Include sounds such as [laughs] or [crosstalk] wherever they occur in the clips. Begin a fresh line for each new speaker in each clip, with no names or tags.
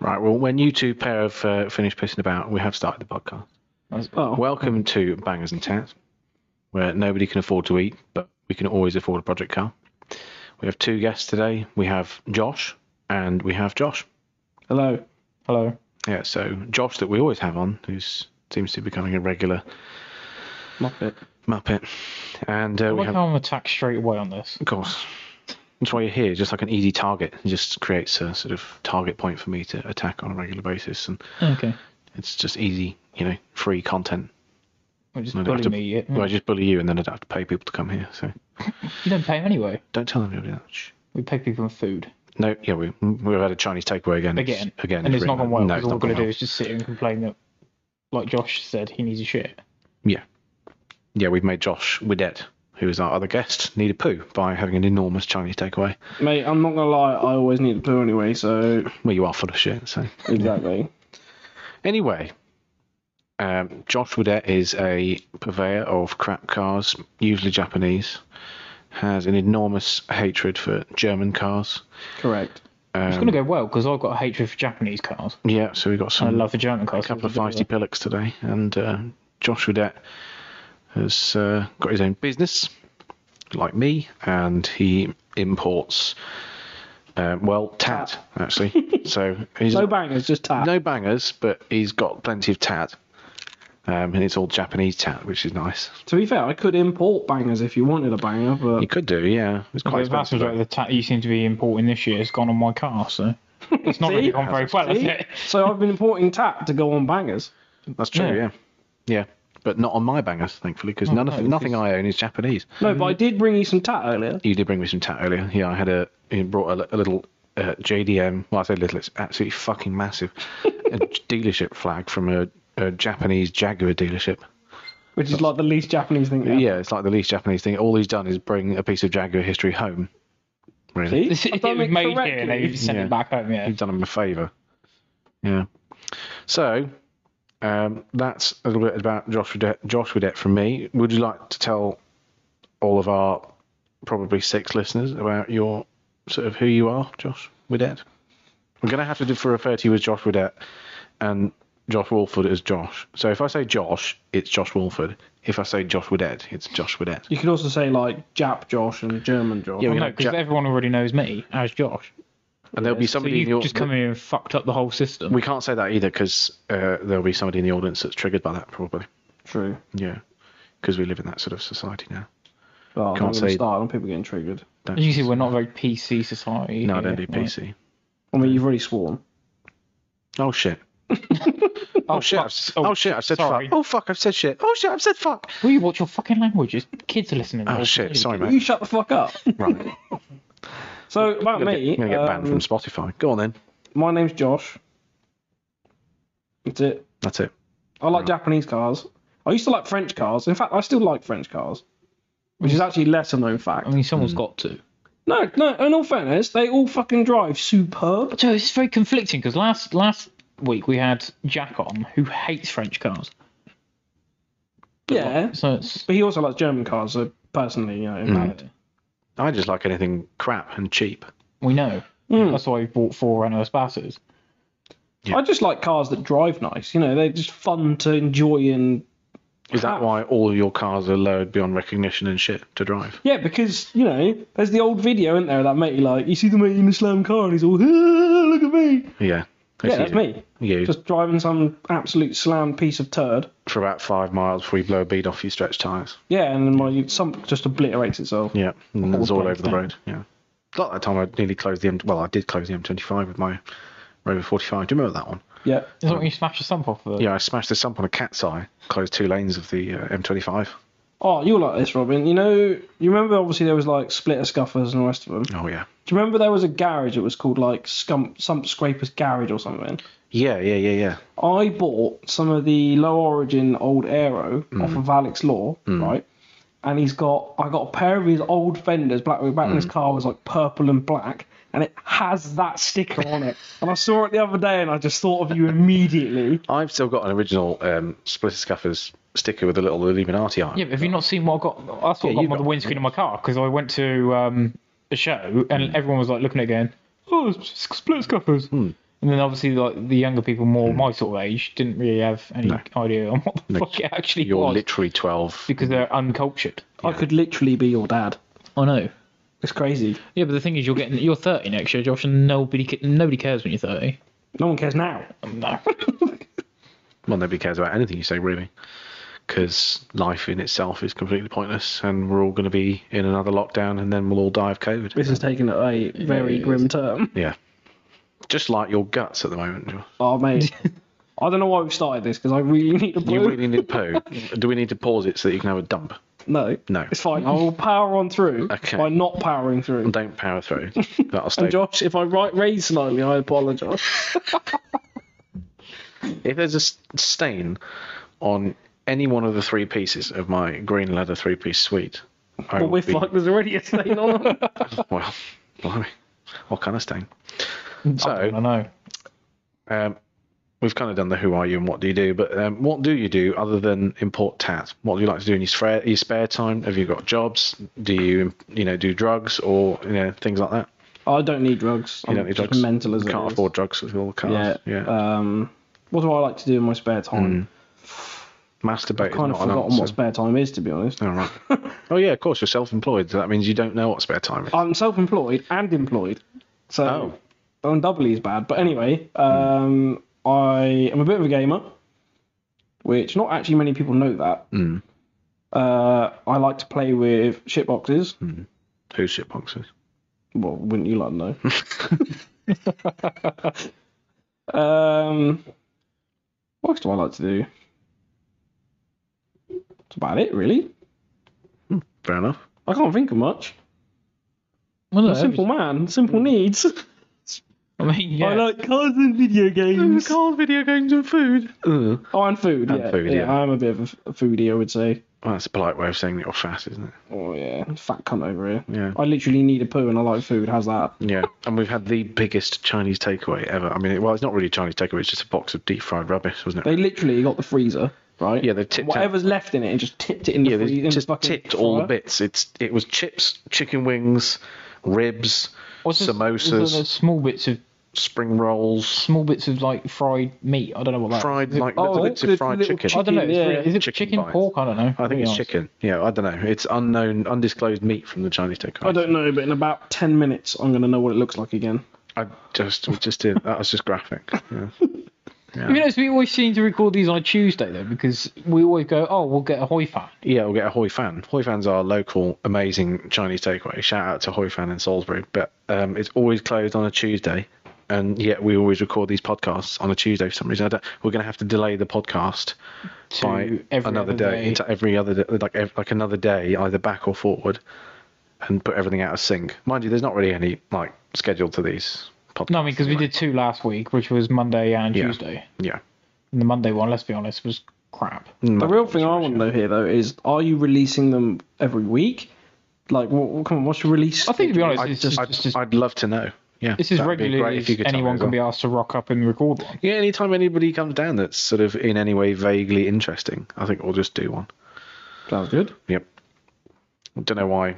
Right. Well, when you two pair have uh, finished pissing about, we have started the podcast.
Oh,
Welcome to Bangers and Tats, where nobody can afford to eat, but we can always afford a project car. We have two guests today. We have Josh and we have Josh.
hello. Hello.
Yeah. So Josh that we always have on, who seems to be becoming a regular
Muppet.
Muppet, and uh,
I
we
like
have
how I'm attacked straight away on this.
Of course. That's why you're here, just like an easy target. It just creates a sort of target point for me to attack on a regular basis, and
Okay.
it's just easy, you know, free content.
Well, just
I don't have
bully
to-
me. yeah.
Well, I just bully you, and then I don't have to pay people to come here. So
You don't pay 'em anyway.
don't tell anybody that. Shh.
We pay people in food.
No, yeah, we we've had a Chinese takeaway again. It's-
Again.
again,
and it's not
really
gone well
No,
because
it's
all
not
we're going
gone
to do is just sit here and complain that, like Josh said, he needs a shit.
well. Yeah, we've made Josh Widet, who is our other guest, need a poo by having an enormous Chinese takeaway.
Mate, I'm not gonna lie, I always need to poo anyway, so
Well, you are full of shit,
[laughs]
so.
exactly.
Anyway, um, Josh Widet is a purveyor of crap cars, usually Japanese. Has an enormous hatred for German cars.
Correct.
It's
Um,
going to go well because I've got a hatred for Japanese cars.
yeah, so we got
I
some
love the German
a
cars.
couple of
so it's
feisty
a bit
pillocks today, and uh, Josh Widet has uh, got his own business, like me, and he imports. Uh, well, tat actually. so he's
No bangers, just tap.
no bangers, but he's got plenty of tat. Um, and it's all Japanese tat, which is nice.
To be fair, I could import bangers if you wanted a banger,
You [laughs]
but
could do, yeah. It's
of a-
quite
the
expensive.
vast majority
though.
of the tat you seem to be importing this year has gone on my
[laughs]
car, so it's not really
See?
gone very well, has
See?
it? [laughs]
so I've been importing tap to go on bangers.
That's true,
Yeah.
yeah. yeah. But not on my bangers, thankfully, because none of
no,
nothing
because-
I own is Japanese.
No, but I did bring you some tat earlier.
You did bring me some tat earlier. Yeah, I had a he brought a, li- a little uh, JDM. Well, I say little, it's absolutely fucking massive. a dealership flag from a, a Japanese Jaguar dealership.
Which is like the least Japanese thing.
Yeah.
ever.
it's like the least Japanese thing. All he's done is bring a piece of Jaguar history home. Really, [laughs]
See?
It's-
I've
It
done
was
it
made here and
correctly.
they sent
Yeah.
it back home, yeah.
you've done him a favour. Yeah. So um, that's a little bit about Josh Widet, Josh Widet from me. Would you like to tell all of our probably six listeners about your sort of who you are, Josh Widet? We're going to have to do- refer to you as Josh Widet and Josh Wolford as Josh. So if I say Josh, it's Josh Wolford. If I say Josh Widet, it's Josh Widet.
You could also say like Jap Josh and German Josh.
Yeah, we can
Well, no,
have
because
Ja-
everyone already knows me as Josh.
And there'll be somebody
so
in
you've
your
just come here and fucked up the whole system.
We can't say that either because uh, there'll be somebody in the audience that's triggered by that probably.
True.
Yeah, because we live in that sort of society now.
Oh, I'm
Can't
gonna
say-
start on people getting triggered.
Don't
As you see, we're not a very PC society.
No, I
here,
don't do
like-
PC.
I mean, you've already sworn.
Oh shit. Oh, shit! I've, s-
Oh,
oh shit! I've said
sorry.
fuck. Oh fuck! I've said shit. Oh shit! I've said fuck.
Will you watch your fucking language? It's kids are listening.
Oh shit! Sorry,
You
mate.
shut the fuck up.
[laughs] Right,
So about
I'm gonna
me,
get, I'm gonna get banned from
um,
Spotify. Go on then.
my name's Josh. That's it.
That's it.
I like Japanese cars. I used to like French cars. In fact, I still like French cars, which is actually lesser known fact.
I mean,
Hmm.
someone's got to.
No, no. In all fairness, they all fucking drive superb.
So it's very conflicting because last last week we had Jack on who hates French cars.
Yeah,
So it's
but he also likes German cars. So personally, you know, invalid.
I just like anything crap and cheap.
we know.
Hmm.
That's why we bought four Renault Espaces.
Yeah.
I just like cars that drive nice. You know, they're just fun to enjoy and
Is that why all your cars are lowered beyond recognition and shit to drive?
Yeah, because you know, there's the old video, isn't there? of That mate, like you see the mate in the slam car, and he's all, "Ah, look at me.
Yeah.
Yeah, that's me.
You
Just driving some absolute slam piece of turd.
for about five miles before you blow a bead off your stretch tires.
Yeah, and then my sump just obliterates itself.
Yeah, and it's all
bloody
over the
thing.
road. Yeah, like that time I nearly closed the M. Well, I did close the M25 with my Rover 45. Do you remember that one?
Yeah,
Is that when you smash the sump off of it?
Yeah, I smashed the sump on a cat's eye, closed two lanes of the uh, M25.
Oh, you're like this, Robin. You know, you remember obviously there was like splitter scuffers and the rest of them.
Oh yeah,
Do you remember there was a garage that was called like Scump Sump Scrapers Garage or something?
yeah, yeah, yeah, yeah.
I bought some of the low origin old Aero off of Alex Law, right? And he's got I got a pair of his old fenders, Blackwood back when his car was like purple and black, and it has that sticker on it. And I saw it the other day and I just thought of you immediately.
I've still got an original um, splitter scuffers sticker with a little Illuminati eye.
Yeah, but have you not seen what I got? That's what I
you've
got on
got-
the windscreen of my car because I went
Hmm.
to um, a show and everyone was like looking at it going, oh, it's s- split scuffers. And then obviously like the younger people, more my sort of age, didn't really have any
Hmm. No.
idea on what the
No,
fuck it actually
You're
was
literally 12.
because they're uncultured.
I could literally be your dad.
I know.
It's crazy.
Yeah, but the thing is, you're getting you're 30 next year, Josh, and nobody ca- nobody cares when you're 30.
No one cares now.
No.
Well, nobody cares about anything you say, really. Because life in itself is completely pointless, and we're all going to be in another lockdown, and then we'll all die of COVID.
This is taking a
it
very
is.
grim term.
Yeah. Just like your guts at the moment. Joel.
[laughs] Oh, mate. I don't know why we started this because I really need a
You
blue.
really need poo. Do we need to pause it so that you can have a dump?
No,
No.
it's fine. I will power on through
Okay.
by not powering through.
Don't power through.
[laughs]
That'll stay.
And Josh, if I right raise slightly, I apologise.
If there's a s- stain on any one of the three pieces of my green leather three piece suite, I
But
will
with
be,
like, there's already a stain on [laughs] them.
well, [laughs] blimey, what kind of stain?
Mm,
I
So,
know.
um, we've kind of done the who are you and what do you do, but um, what do you do other than import tat? What do you like to do in your spare, your spare time? Have you got jobs? Do you, you know, do drugs or you know things like that?
I don't need drugs.
You
I'm
don't need
just
drugs.
mental as it
Can't
is.
afford drugs with all the
Yeah.
cars. Yeah.
Um, what do I like to do in my spare time?
Masturbate. is
Kind of
not an
forgotten
answer.
what spare time is, to be honest.
All
[laughs]
right. oh yeah, of course you're self-employed. So that means you don't know what spare time is.
I'm self-employed and employed, so
Oh.
I'm doubly as bad. But anyway, um, I am a bit of a gamer, which not actually many people know that. Uh, I like to play with shitboxes.
Who's shitboxes?
Well, wouldn't you like to know? um, what else do I like to do? That's about it, really.
Fair enough.
I can't think of much.
Well,
I'm a simple man, simple needs.
I mean, yeah.
I like cars and video games.
Cars, video games, and food. Ugh.
Oh, and food.
And
yeah.
food,
yeah.
yeah.
I'm a bit of a f- a foodie, I would say.
Well, that's a polite way of saying that you're fat, isn't it?
Oh yeah, fat cunt over here.
Yeah.
I literally need a poo and I like food. How's that?
Yeah. and we've had the biggest Chinese takeaway ever. I mean, it, well, it's not really Chinese takeaway. It's just a box of deep fried rubbish, wasn't it?
They literally got the freezer, right?
yeah, they've tipped out-
Whatever's left in it, and just tipped it in the
Yeah,
freezer.
they
in
just
the fucking
tipped all the
fryer.
bits. It's it was chips, chicken wings, ribs,
What's this-
samosas,
there's a- small bits of
spring rolls,
small bits of like fried meat. I don't know what that.
fried like
oh,
little bits of
good
fried
little
chicken.
I don't know.
chicken, yeah.
Is it
Chicken
chicken,
bites.
pork? I don't know.
I think it's
Yeah.
chicken. Yeah, I don't know. It's unknown, undisclosed meat from the Chinese takeaway.
I don't know, but in about ten minutes, I'm gonna know what it looks like again.
I just we just did that was just graphic. [laughs] Yeah.
You know, we always seem to record these on a Tuesday though, because we always go, "Oh, we'll get a hoi fan."
yeah, we'll get a Hoi Fan. Hoi Fan's our local amazing Chinese takeaway. Shout out to Hoi Fan in Salisbury. But um, it's always closed on a Tuesday, and yet we always record these podcasts on a Tuesday for some reason. I don't, we're going to have to delay the podcast
To
by
every
another
other
day, into every other day, like ev- like another day, either back or forward, and put everything out of sync. Mind you, there's not really any like schedule to these podcasts.
No, I mean because we did two last week, which was Monday and
Yeah.
Tuesday.
yeah.
And the Monday one, let's be honest, was crap.
Mm.
The real thing I want to know here though is, are you releasing them every week? Like, what, what, come on, what's your release?
I think to be honest,
I'd,
it's just,
I'd,
it's just
I'd love to know. Yeah,
it's as
that'd be
regular
great
as
if you could tell me
anyone
as
can
well.
be asked to rock up and record one.
Yeah, anytime anybody comes down that's sort of in any way vaguely interesting, I think we'll just do one.
sounds good.
Yep. Don't know why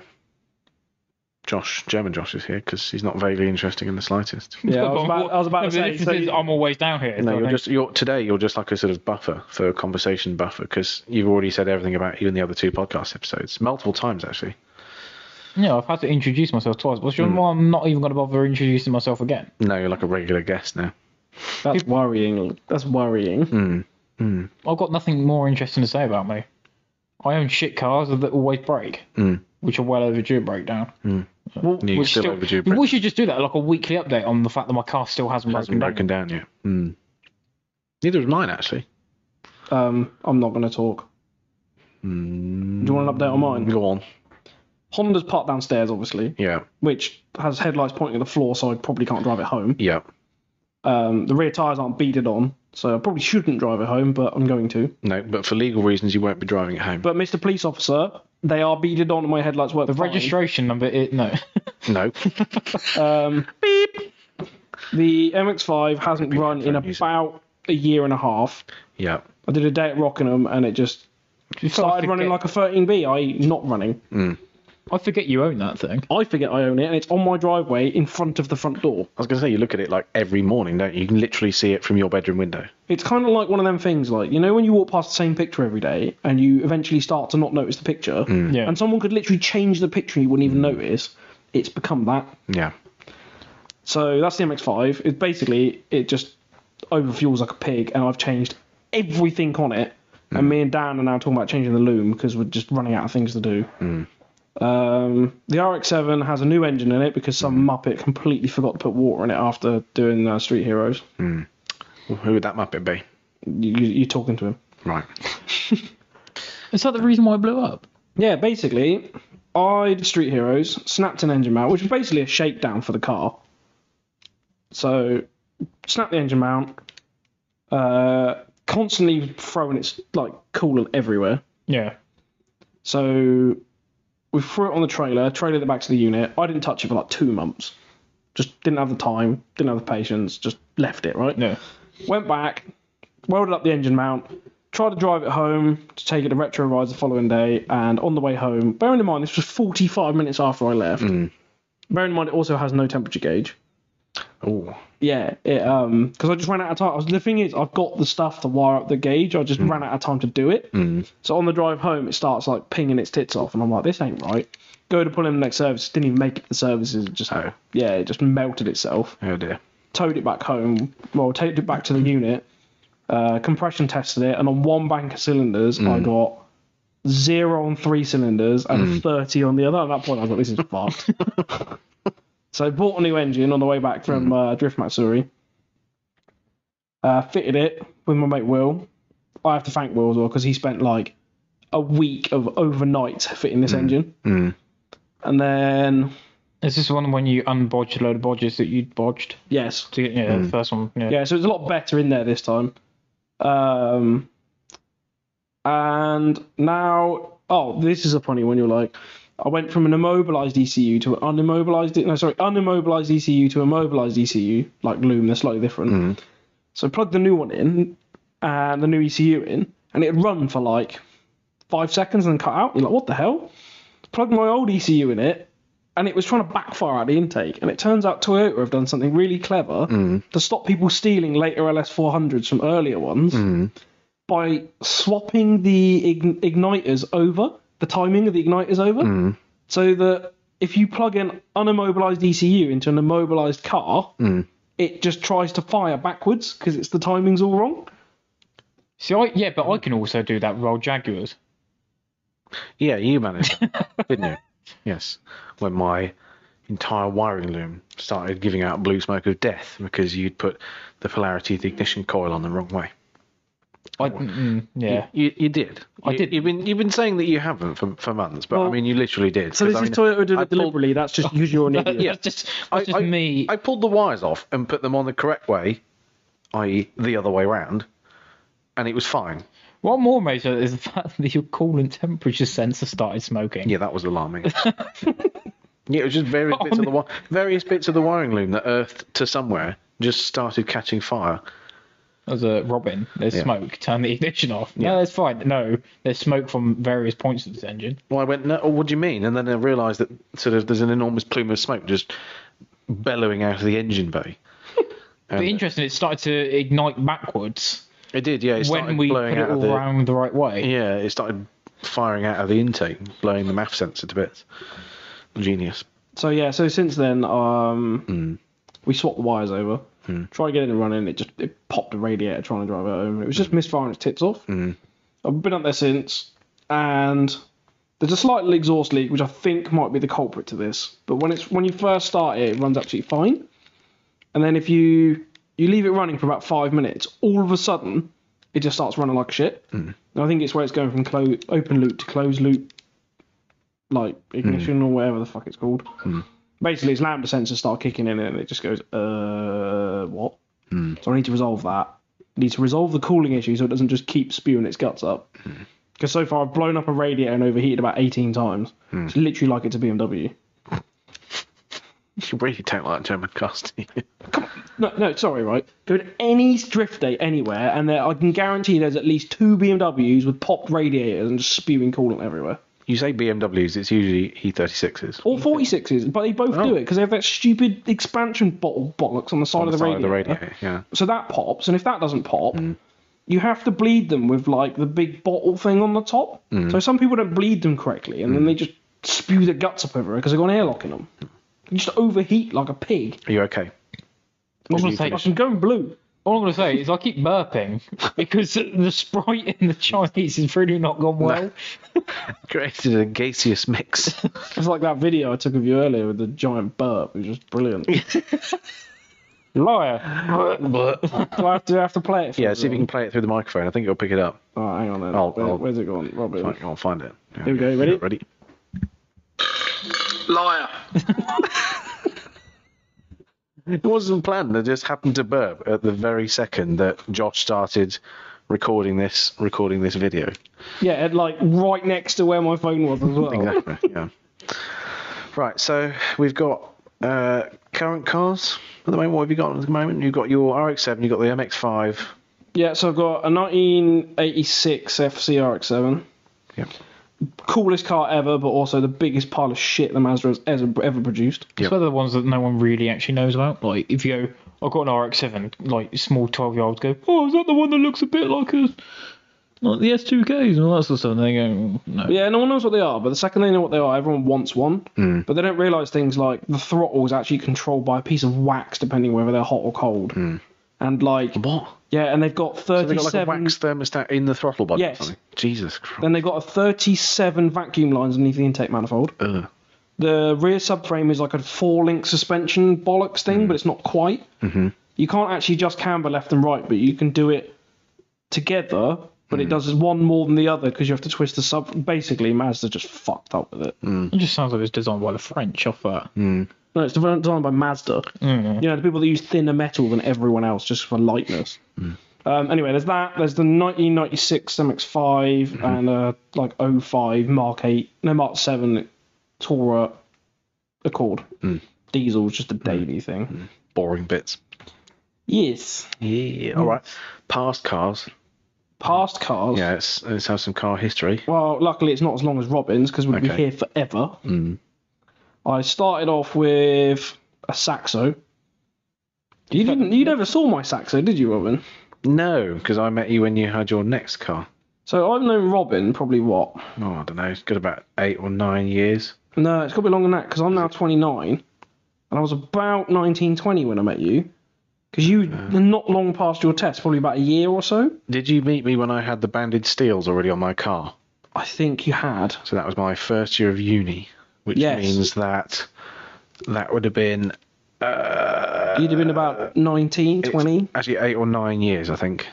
Josh, German Josh, is here because he's not vaguely interesting in the
[laughs]
slightest.
Yeah, I was about, I was about
No,
to
but
say.
[laughs] this is-
so
this is-
you-
I'm always down here.
No,
so I
you're
think-
just you're today. You're just like a sort of buffer for a conversation buffer because you've already said everything about you in the other two podcast episodes multiple times actually.
Yeah, I've had to introduce myself twice. What's
Hmm.
your? Well, I'm not even going to bother introducing myself again.
No, you're like a regular guest now.
That's worrying. That's worrying.
I've got nothing more interesting to say about me. I own shit cars that always break, which are well overdue a breakdown.
Hmm. You're
Which
still,
still-
overdue. Brit-
We should just do that, like a weekly update on the fact that my car still hasn't
hasn't broken
broken, down.
down yet. Mm. Neither was mine actually.
Um, I'm not gonna talk. Do you want an update on mine?
Go on.
Honda's parked downstairs, obviously,
Yeah.
which has headlights pointing at the floor, so I probably can't drive it home.
Yeah.
Um, the rear tyres aren't beaded on, so I probably shouldn't drive it home, but I'm going to.
No, but for legal reasons, you won't be driving it home.
But Mr. Police Officer, they are beaded on, and my headlights work.
The registration number, it,
[laughs]
no. [laughs]
no.
Um, The MX-5 hasn't run in
headphone user.
about a year and a half.
yeah.
I did a day at Rockingham, and it just started running like a 13B, i.e., not running.
I forget you own that thing.
I forget I own it, and it's on my driveway in front of the front door.
I was going to say, you look at it like every morning, don't you? You can literally see it from your bedroom window.
It's kind of like one of them things, like you know when you walk past the same picture every day, and you eventually start to not notice the picture,
Yeah.
and someone could literally change the picture and you wouldn't even notice. It's become that.
Yeah.
So that's the MX5. It basically it just overfuels like a pig, and I've changed everything on it. And me and Dan are now talking about changing the loom because we're just running out of things to do. Um, the RX-7 has a new engine in it because some muppet completely forgot to put water in it after doing uh, Street Heroes.
Who would that Muppet be?
You, you, you're talking to him.
Right.
Is that the reason why it blew up?
Yeah, basically, I did Street Heroes, snapped an engine mount, which was basically a shakedown for the car. So, snapped the engine mount, uh, constantly throwing its like coolant everywhere.
Yeah.
So, we threw it on the trailer, trailered it back to the unit. I didn't touch it for like two months. Just didn't have the time, didn't have the patience, just left it, right?
Yeah.
Went back, welded up the engine mount, tried to drive it home to take it to Retro Rides the following day, and on the way home, bearing in mind this was 45 minutes after I left, bearing in mind it also has no temperature gauge.
Oh,
Yeah, it um, because I just ran out of time. I was, the thing is, I've got the stuff to wire up the gauge. I just ran out of time to do it. So on the drive home, it starts like pinging its tits off, and I'm like, this ain't right. Go to pull in the next service, didn't even make it to the services. It just
Oh.
yeah, it just melted itself
oh dear.
towed it back home, well, towed it back to the unit, uh, compression tested it, and on one bank of cylinders, I got zero on three cylinders and 30 on the other. At that point, I was like, this is fucked. so I bought a new engine on the way back from uh, Drift Matsuri, uh, fitted it with my mate Will. I have to thank Will as well because he spent like a week of overnight fitting this engine.
Hmm.
And then,
Is this one when you unbodged a load of bodges that you'd bodged
yes,
to get yeah,
Hmm.
the first one? Yeah.
Yeah, so it's a lot better in there this time. Um, and now, oh, this is a funny one. You're like, I went from an immobilized ECU to an unimmobilized, no, sorry, unimmobilized ECU to immobilized ECU, like Loom, they're slightly different. So I plugged the new one in and the new ECU in, and it would run for like five seconds and then cut out. You're like, what the hell? Plugged my old ECU in it, and it was trying to backfire at the intake. And it turns out Toyota have done something really clever
Mm.
to stop people stealing later LS400s from earlier ones
Mm.
by swapping the ign- igniters over, the timing of the igniters over,
Mm.
so that if you plug an unimmobilized ECU into an immobilized car,
Mm.
it just tries to fire backwards because it's the timing's all wrong.
See, I yeah, but I can also do that with old Jaguars.
Yeah, you
[laughs]
managed that, didn't you? Yes. When my entire wiring loom started giving out blue smoke of death because you'd put the polarity of the ignition coil on the wrong way.
I, mm, yeah.
You, you did.
I
You-
did.
You've been you've been saying that you haven't for, for months, but I
Well-
mean you literally did.
So
'cause
this
I
is
mean,
Toyota did
I pulled-
it deliberately. That's
[laughs]
just you- you're an idiot.
That's just, that's just
I,
me.
I pulled the wires off and put them on the correct way, i.e., the other way round, and it was fine.
What more amazing is the fact that your coolant temperature sensor started smoking.
Yeah, that was
[laughs]
alarming. yeah, it was just various bits of the wi- various bits of the wiring loom that earthed to somewhere just started catching fire.
As a Robin, there's smoke. Turn the ignition off. No, that's fine. No, there's smoke from various points of this engine.
Well, I went, no, oh, what do you mean? And then I realised that sort of there's an enormous plume of smoke just bellowing out of the engine bay.
But interesting, it started to ignite backwards
It did, yeah. It started
when we put
blowing
it
out of
all
the
round the right way.
yeah, it started firing out of the intake, blowing the math sensor to bits. Genius.
So yeah, so since then, um, we swapped the wires over. Tried getting it running, it just it popped the radiator trying to drive it home. It was just misfiring its tits off. I've been up there since, and there's a slight exhaust leak, which I think might be the culprit to this. But when it's when you first start it, it runs absolutely fine, and then if you you leave it running for about five minutes, all of a sudden it just starts running like shit. And I think it's where it's going from clo- open loop to closed loop, like ignition or whatever the fuck it's called. Basically, its lambda sensors start kicking in, and it just goes, uh, what?
Hmm.
So I need to resolve that. I need to resolve the cooling issue so it doesn't just keep spewing its guts up.
Hmm.
Because so far I've blown up a radiator and overheated about 18 times.
Hmm.
It's literally like it's a BMW.
You really don't like German cars, do you? [laughs]
No, no, sorry, right? Go to any drift day anywhere, and there I can guarantee there's at least two BMWs with popped radiators and just spewing coolant everywhere.
You say BMWs, it's usually E E36s.
Or 46s, but they both do it because they have that stupid expansion bottle bollocks on the side,
Oh. On
of, the
side
radio.
of the radio, yeah.
So that pops, and if that doesn't pop,
Mm.
you have to bleed them with like the big bottle thing on the top.
Mm.
So some people don't bleed them correctly, and then they just spew their guts up everywhere because they've got an airlock in them. You just overheat like a pig.
Are you okay?
All I'm, gonna
I
say,
can go blue.
all I'm gonna say is I keep
[laughs]
burping because the sprite in the Chinese has really not gone well.
Created a gaseous mix. [laughs]
It's like that video I took of you earlier with the giant burp. It was
[laughs]
just brilliant. Liar. Do I have to, do I have to play it for
yeah,
you?
see if you can play it through the microphone. I think you'll pick it up.
Oh, hang on then.
I'll-
Where-
I'll-
Where's it gone? Robert.
Right, I'll find it. Yeah,
Here we go, ready?
yeah, Ready?
Liar.
[laughs] It wasn't planned. I just happened to burp at the very second that Josh started recording this recording this video.
Yeah, and like right next to where my phone was
[laughs]
as well.
Exactly. yeah. Right. So we've got uh, current cars at the moment. What have you got at the moment? You've got your RX-7. You've got the MX-5.
Yeah, so I've got a 1986 FC RX-7.
Yep.
Coolest car ever, but also the biggest pile of shit the Mazda has ever, ever produced.
Yep.
So they're the ones that no one really actually knows about. Like if you go, I've got an RX-7, like small 12 year olds go, oh, is that the one that looks a bit like a like the S2Ks and all that sort of stuff? And they go, no.
Yeah, no one knows what they are, but the second they know what they are, everyone wants one.
Hmm.
But they don't realise things like the throttle is actually controlled by a piece of wax, depending whether they're hot or cold. And like,
What?
yeah, and they've got
Hmm. So they've got
37.
like a wax thermostat in the throttle body.
Yes.
Or something. Jesus Christ.
then they've got a 37 vacuum lines underneath the intake manifold.
Ugh.
The rear subframe is like a four link suspension bollocks thing, but it's not quite. Mm-hmm. You can't actually just camber left and right, but you can do it together, but it does one more than the other because you have to twist the sub. Basically, Mazda just fucked up with it.
It just sounds like it's designed by the French off that.
Mm.
Mm.
No, it's designed by Mazda. You know, the people that use thinner metal than everyone else just for lightness.
Mm.
Um, anyway, there's that. There's the 1996 MX-5
Mm-hmm.
and uh, like 05 Mark 8, no Mark 7 Tora Accord.
Mm.
Diesel was just a daily thing.
Boring bits.
Yes.
Yeah. All right. Past cars.
Past cars.
Yeah. Let's, let's have some car history.
Well, luckily it's not as long as Robin's because we'd be
Okay. Mm.
here forever. I started off with a Saxo. You didn't. You never saw my Saxo, did you, Robin?
No, because I met you when you had your next car.
So I've known Robin probably what?
Oh, I don't know. It's got about eight or nine years.
No, it's got to be longer than that because I'm now 29, and I was about 19, 20 when I met you. Because you were not long past your test, probably about a year or so.
Did you meet me when I had the banded steels already on my car?
I think you had.
So that was my first year of uni, which
Yes.
means that that would have been
You'd have been
Uh,
about 19, 20.
actually eight or nine years, I think.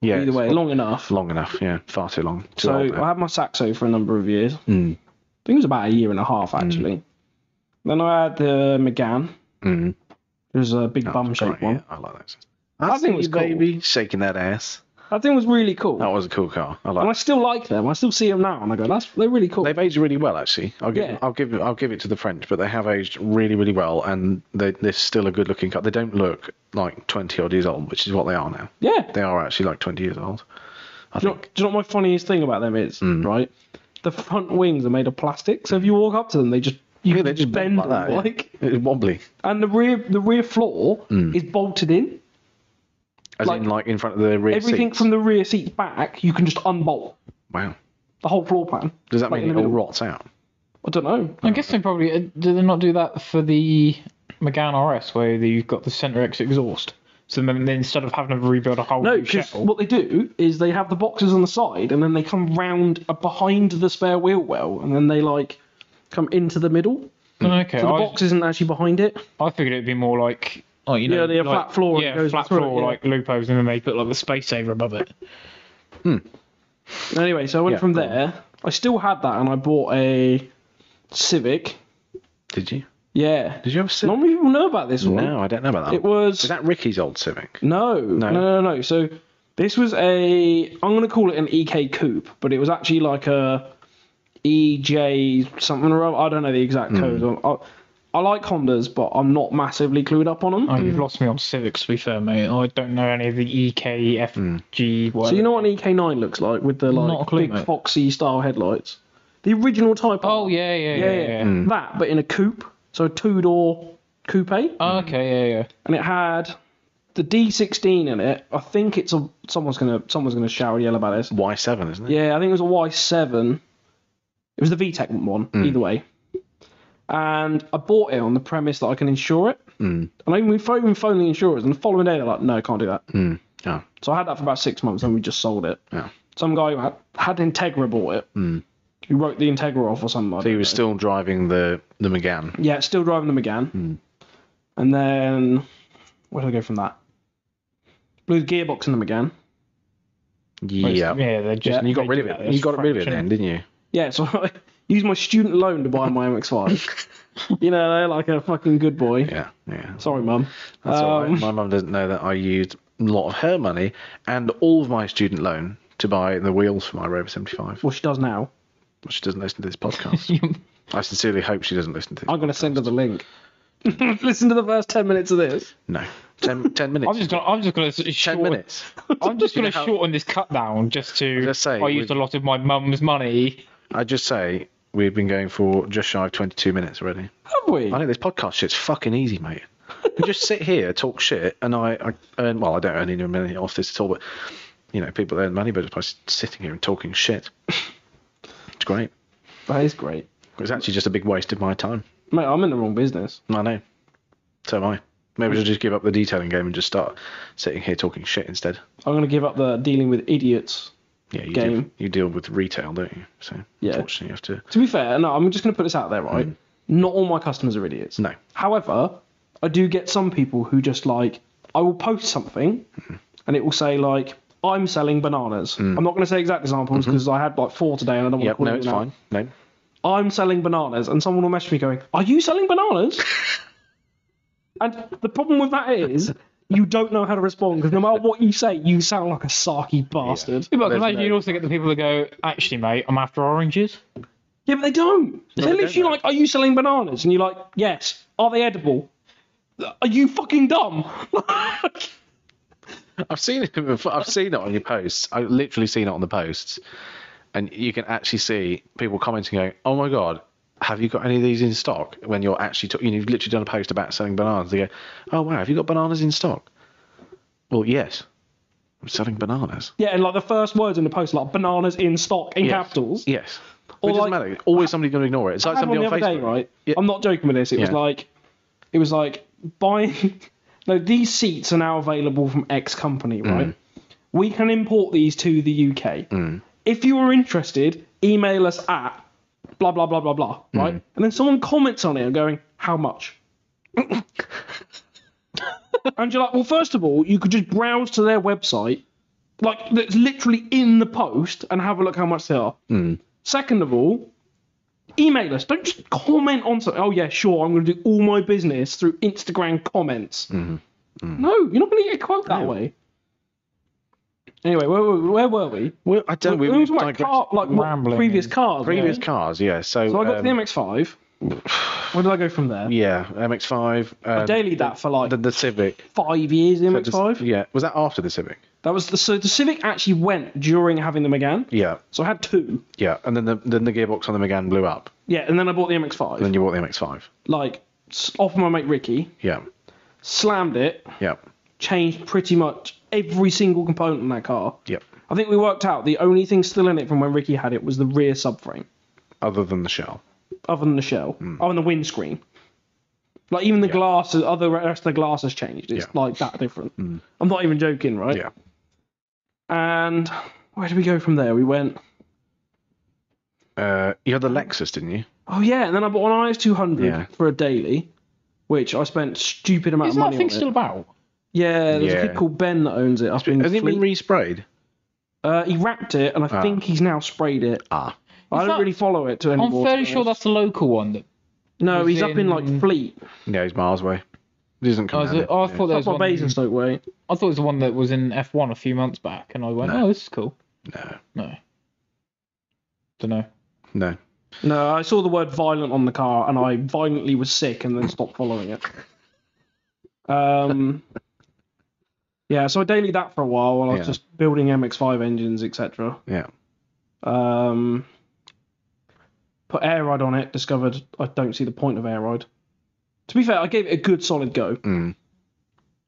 Yeah,
Either
it's
way,
not
long enough.
long enough. Yeah, far too long. Too
So
old now.
I had my saxo for a number of years.
Hmm.
Mm. I think it was about a year and a half actually. Then I had the McGann. Mm.
Hmm.
It was a big bum shaped
Right, yeah,
one.
I like that.
I think it was cool.
baby shaking that ass.
That thing was really cool.
That was a cool car. I like.
And I still like them. I still see them now, and I go, "That's they're really cool."
They've aged really well, actually. I'll give,
Yeah.
I'll give, I'll give it to the French, but they have aged really, really well, and they, they're still a good-looking car. They don't look like twenty odd years old, which is what they are now.
yeah.
They are actually like twenty years old.
do, you know, do you know what my funniest thing about them is?
Mm.
Right, the front wings are made of plastic, so if you walk up to them, they just you
Yeah,
can
they just bend like that.
them,
yeah.
like,
It's wobbly.
and the rear the rear floor
Mm.
is bolted in.
As
Like-
in, like in front of the rear
Everything
seats.
from the rear seat back, you can just unbolt
Wow.
the whole floor plan.
Does that
Like,
mean
in
it
the
all
middle.
rots out?
I don't know.
I guess they probably uh, do. They not do that for the Megane RS where you've got the centre X exhaust. So then, then instead of having to rebuild a whole
No,
new
because
shell,
what they do is they have the boxes on the side, and then they come round uh, behind the spare wheel well, and then they like come into the middle.
Mm. okay,
The
I,
box isn't actually behind it.
I figured it'd be more like, oh, you know,
Yeah, they have
like-
flat floor and
yeah,
it goes
flat
through it,
floor
yeah.
like loopholes, and then they put like the space saver above it.
Anyway, so I went
Yeah,
from
cool.
there. I still had that, and I bought a Civic.
Did you?
Yeah.
Did you have a Civic?
Not many people know about this one.
No, I don't know about that.
It was
Is that Ricky's old Civic?
no, no, no, no, no. So this was a. I'm gonna call it an EK coupe, but it was actually like a EJ something or other. I don't know the exact code. I, I like Hondas, but I'm not massively clued up on them.
Oh,
Mm.
you've lost me on civics, to be fair, mate. Oh, I don't know any of the E EK, FG,
Mm.
So you know what an EK9 looks like with the
Not a
like
clue,
big
mate.
foxy style headlights. The original Type R.
Oh yeah, yeah, yeah, yeah.
Mm.
yeah.
That, but in a coupe, so a two door coupe, and
Oh, okay, yeah, yeah.
it had the D16 in it. I think it's a someone's gonna someone's gonna shout and yell about this.
Y7, isn't it?
Yeah, I think it was a Y7. It was the VTEC one,
Mm.
either way. And I bought it on the premise that I can insure it.
Mm.
And I even, we pho- even phoned the insurers, and the following day they're like, no, can't do that.
Mm. Yeah.
So I had that for about six months, and we just sold it.
Hmm. Oh, Yeah.
Some guy who had, had Integra bought it. He wrote the Integra off or something. I
Mm. He
don't
was
know.
still driving the the McGann.
Yeah, still driving the McGann. And then where do I go from that? Blew the gearbox in the McGann.
Yeah.
yeah. They just
And you got rid of it. You got rid of it then, didn't you?
Yeah, [laughs] so I used my student loan to buy my [laughs] MX-5. you know, like a fucking good boy.
Yeah. Yeah.
Sorry, mum.
That's all
Um,
right. My mum doesn't know that I used a lot of her money and all of my student loan to buy the wheels for my Rover 75.
Well, she does now.
She doesn't listen to this
[laughs]
podcast. I sincerely hope she doesn't listen to it.
I'm gonna send her the link. [laughs] Listen to the first ten minutes of this.
No. Ten, ten minutes.
[laughs] I'm just gonna, I'm just gonna s-
ten
shorten,
minutes.
[laughs] I'm
[laughs]
just
You
gonna
know how-
shorten this cut down just to.
Let's say
I used
we-
a lot of my mum's money.
I just say we've been going for just shy of 22 minutes already.
Have we?
I think this podcast shit's fucking easy, mate. We just sit here, talk shit, and I, I earn, well, I don't earn any money off this at all, but, you know, people earn money by just by sitting here and talking shit. It's great.
That is great.
It's actually just a big waste of my time.
Mate, I'm in the wrong business.
I know. So am I. Maybe I'll just give up the detailing game and just start sitting here talking shit instead.
I'm gonna give up the dealing with idiots.
Yeah, you,
Game.
Deal, you deal with retail, don't you? So,
Yeah.
unfortunately, you have to.
To be fair, no, I'm just gonna put this out there, right? Not all my customers are idiots.
No.
However, I do get some people who just like I will post something
Mm-hmm.
and it will say like I'm selling bananas. I'm not going to say exact examples because I had like four today and I don't want to
Mm. Mm-hmm. Yep,
call
no,
it
it's
out.
fine. No.
I'm selling bananas, and someone will message me going, "Are you selling
[laughs]
bananas?" and the problem with that is you don't know how to respond because no matter what you say, you sound like a sarky bastard.
Yeah,
Yeah,
but I
There's
can imagine
no-
you'd also get the people that go, actually, mate, I'm after oranges.
but they don't. They're
don't
literally
know.
like, "Are you selling bananas?" And you're like, "Yes." Are they edible? Are you
[laughs]
fucking dumb? [laughs]
I've seen it. [laughs] Before. I've seen it on your posts. I've literally seen it on the posts, and you can actually see people commenting, going, "Oh my god, have you got any of these in stock?" When you're actually, talk- you know, you've literally done a post about selling bananas. They go, "Oh wow, have you got bananas in stock?" Well, yes, I'm selling bananas.
yeah, and like the first words in the post, like "bananas in stock" in
Yes.
capitals.
Yes.
Or
it doesn't
like-
matter. Always somebody's going to ignore it. It's like
I had one
somebody
the
on
other
Facebook.
day, right?
Yeah.
I'm not joking with this. It was
Yeah.
like, it was like buying. [laughs] no, these seats are now available from X company,
Mm.
right? We can import these to the UK.
Mm.
If you are interested, email us at blah blah blah blah blah,
Mm.
right? And then someone comments on it and going, how much? [laughs] and you're like, well, first of all, you could just browse to their website, like that's literally in the post, and have a look how much they are.
Mm.
Second of all, email us. Don't just comment on something. Oh yeah, sure. I'm going to do all my business through Instagram comments.
Mm-hmm.
No, you're not going to get a quote that way. Anyway, where, were- where were we?
Well, I don't.
we
We,
were
we
talking about
digress.
car, like what-
Rambling.
previous cars.
previous
yeah.
cars. Yeah. So,
So I got
um, [sighs]
the MX-5. Where did I go from there?
yeah, MX-5. Um,
Daily that for like
the, the Civic.
five years. The MX-5.
Yeah. Was that after the Civic?
That was the, so the Civic actually went during having the Megane.
Yeah.
So I had two.
Yeah, and then the then the gearbox on the Megane blew up.
Yeah, and then I bought the MX-5.
And then you bought the MX-5.
like s- off my mate Ricky,
Yeah,
slammed it.
yeah,
changed pretty much every single component in that car.
yep.
I think we worked out the only thing still in it from when Ricky had it was the rear subframe,
Other than the shell.
other than the shell, other than the windscreen. Like even the
Hmm. Yeah.
glass, the other rest of the glass has changed. It's
Yeah. Hmm.
like that different. I'm not even joking, right?
Yeah.
And where did we go from there? We went.
Uh, you had the Lexus, didn't you?
Oh yeah, and then I bought an IS 200
Yeah.
for a daily, which I spent stupid amount
Isn't
of
that
money on
thing
it.
still about?
Yeah, there's a
Yeah.
kid called Ben that owns it up in
Has it
Fleet.
been Ah. resprayed?
uh, he wrapped it, and I think he's now sprayed it.
Ah.
I don't
that-
really follow it to any
I'm
more, to
fairly
be
sure
honest.
that's the local one. That,
No,
was
he's up in like
in-
Fleet.
Yeah, he's miles away. Oh, It doesn't
I,
come
was,
out.
I thought that was
That's by
one,
Basingstoke way.
I thought it was the one that was in F1 a few months back, and I went,
No.
oh, this is cool.
No,
No. Don't know.
no.
No, I saw the word violent on the car and I violently was sick and then stopped following it. Um [laughs] Yeah, so I dailied that for a while while I was
Yeah.
just building MX five engines, etc.
Yeah.
Um Put air ride on it. Discovered I don't see the point of air ride. To be fair, I gave it a good solid go.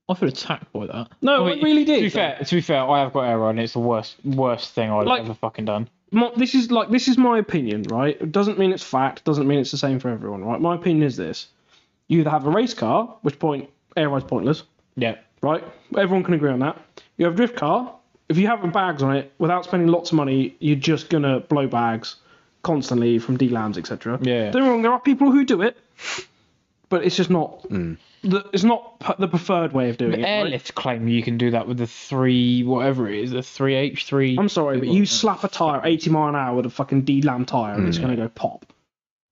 I feel attacked by that.
No, I really did,
To be
though.
fair, to be fair, I have got error and it's the worst, worst thing I've
Like-
ever fucking done.
my, this is like this is my opinion, right? It doesn't mean it's fact. Doesn't mean it's the same for everyone, right? My opinion is this: you either have a race car, which point air ride's pointless,
Yeah,
right? Everyone can agree on that. You have a drift car. If you haven't bags on it, without spending lots of money, you're just gonna blow bags constantly from D-lambs, etc.
Yeah.
Don't get me wrong. There are people who do it, but it's just not. The, it's not p- the preferred way of doing it. right?
airlift claim you can do that with the three, whatever it is, the three H three.
I'm sorry, but you slap a tire at 80 mile an hour with a fucking D lamb tire and it's going to go pop.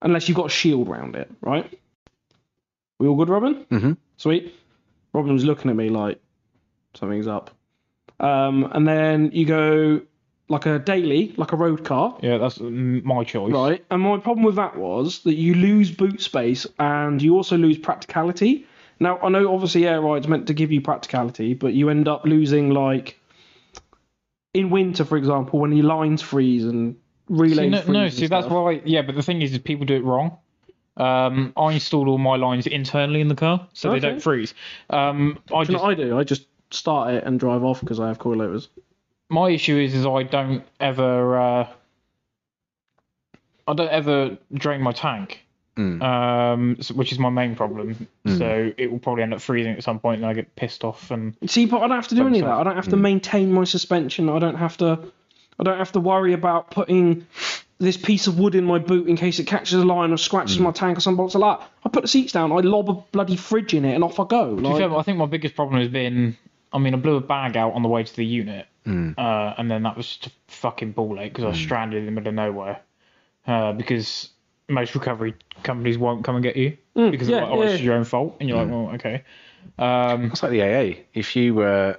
Unless you've got a shield round it, right? We all good, Robin?
Mhm.
Sweet. Robin was looking at me like something's up. Um, and then you go like a daily, like a road car,
Yeah, that's mm, my choice.
right? And my problem with that was that you lose boot space and you also lose practicality. Now, I know obviously air ride's meant to give you practicality, but you end up losing like in winter, for example, when your lines freeze and
See,
relays
no,
freeze.
no,
and
see that's
stuff.
why. Yeah, but the thing is, is people do it wrong. Um, I installed all my lines internally in the car, so they
Okay.
don't freeze. Um, I
Do you
just
know what I do. I just start it and drive off because I have coilovers.
my issue is is I don't ever uh, I don't ever drain my tank, um, s- which is my main problem. So it will probably end up freezing at some point, and I get pissed off. And
See, but I don't have to do any of that. I don't have to maintain my suspension. I don't have to. I don't have to worry about putting this piece of wood in my boot in case it catches a line or scratches my tank or something like that. I put the seats down. I lob a bloody fridge in it, and off I
to
go.
be
Like,
fair, I think my biggest problem has been, I mean, I blew a bag out on the way to the unit, uh, and then that was just a fucking ball ache because I was stranded in the middle of nowhere uh, because most recovery companies won't come and get you because
Hmm.
they're
yeah,
like, oh,
yeah.
it's your own fault, and you're like, well, okay. Um,
It's like the AA. If you were,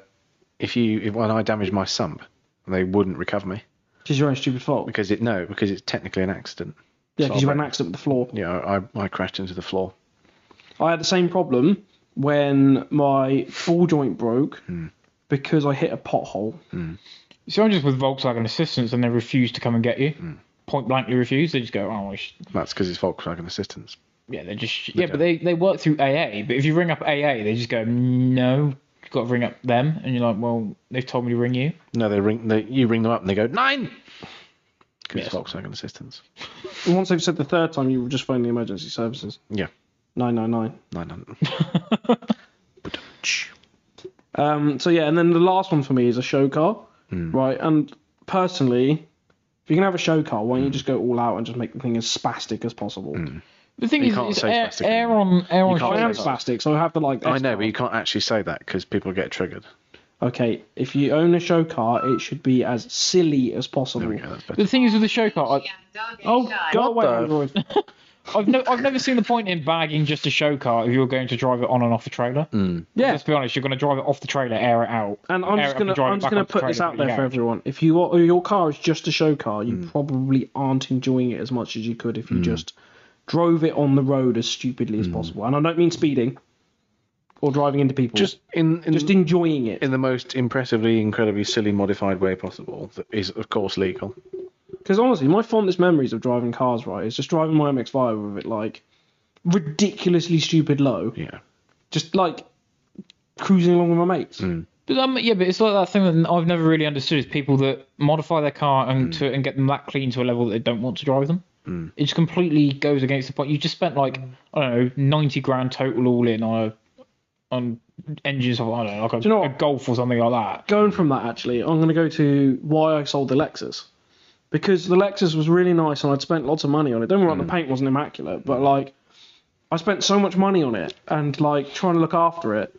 if you, if, when I damaged my sump, they wouldn't recover me
it's your own stupid fault.
because it no, because it's technically an accident.
Yeah, because you had an accident with the floor.
You know, I, I crashed into the floor.
I had the same problem when my ball joint broke because I hit a pothole.
So I'm just with Volkswagen Assistance, and they refuse to come and get you.
Hmm.
Point blankly refuse. They just go, oh, well, sh-.
That's because it's Volkswagen assistance.
yeah, they just yeah, but they they work through AA. But if you ring up AA, they just go, no, you've got to ring up them, and you're like, well, they've told me to ring you.
No, they ring. They, you ring them up and they go nine. 'Cause it's Volkswagen assistance.
And once they've said the third time, you just phone the emergency services.
Yeah,
Nine nine nine.
nine hundred.
Um, so yeah, and then the last one for me is a show car, right? And personally, if you can have a show car, why don't you just go all out and just make the thing as spastic as possible?
The thing
You
is,
can't
it's
say
air,
plastic
air
anymore.
on air on.
can't
I am
shows.
say
spastic, so I have the like.
I
S
know,
car.
but you can't actually say that because people get triggered.
Okay, if you own a show car, it should be as silly as possible.
Yeah, that's better.
The thing is with the show car, I,
Oh, go away,
the-
Android.
I've no, I've never seen the point in bagging just a show car if you're going to drive it on and off a trailer.
Hmm.
Yeah,
Let's be honest, you're going to drive it off the trailer, air it out,
and I'm
air it
just
up
gonna
drive it
I'm just
back
gonna
onto the
put this
trailer
out
put it
there for everyone. If you are, your car is just a show car, you probably aren't enjoying it as much as you could if you just drove it on the road as stupidly as possible. And I don't mean speeding or driving into people.
Just in, in
just enjoying it
in the most impressively, incredibly silly modified way possible that is, of course, legal.
because honestly my fondest memories of driving cars right is just driving my mx5 with it like ridiculously stupid low
Yeah.
just like cruising along with my mates
But um, yeah, but it's like that thing that I've never really understood is people that modify their car
Mm.
and to and get them that clean to a level that they don't want to drive them. It just completely goes against the point. You just spent
Mm.
like I don't know ninety grand total all in on a on engines of I don't know like a,
you know
a
what?
Golf or something like that.
going from that actually i'm going to go to why i sold the lexus because the lexus was really nice and i'd spent lots of money on it don't get me wrong
Hmm.
the paint wasn't immaculate but like i spent so much money on it and like trying to look after it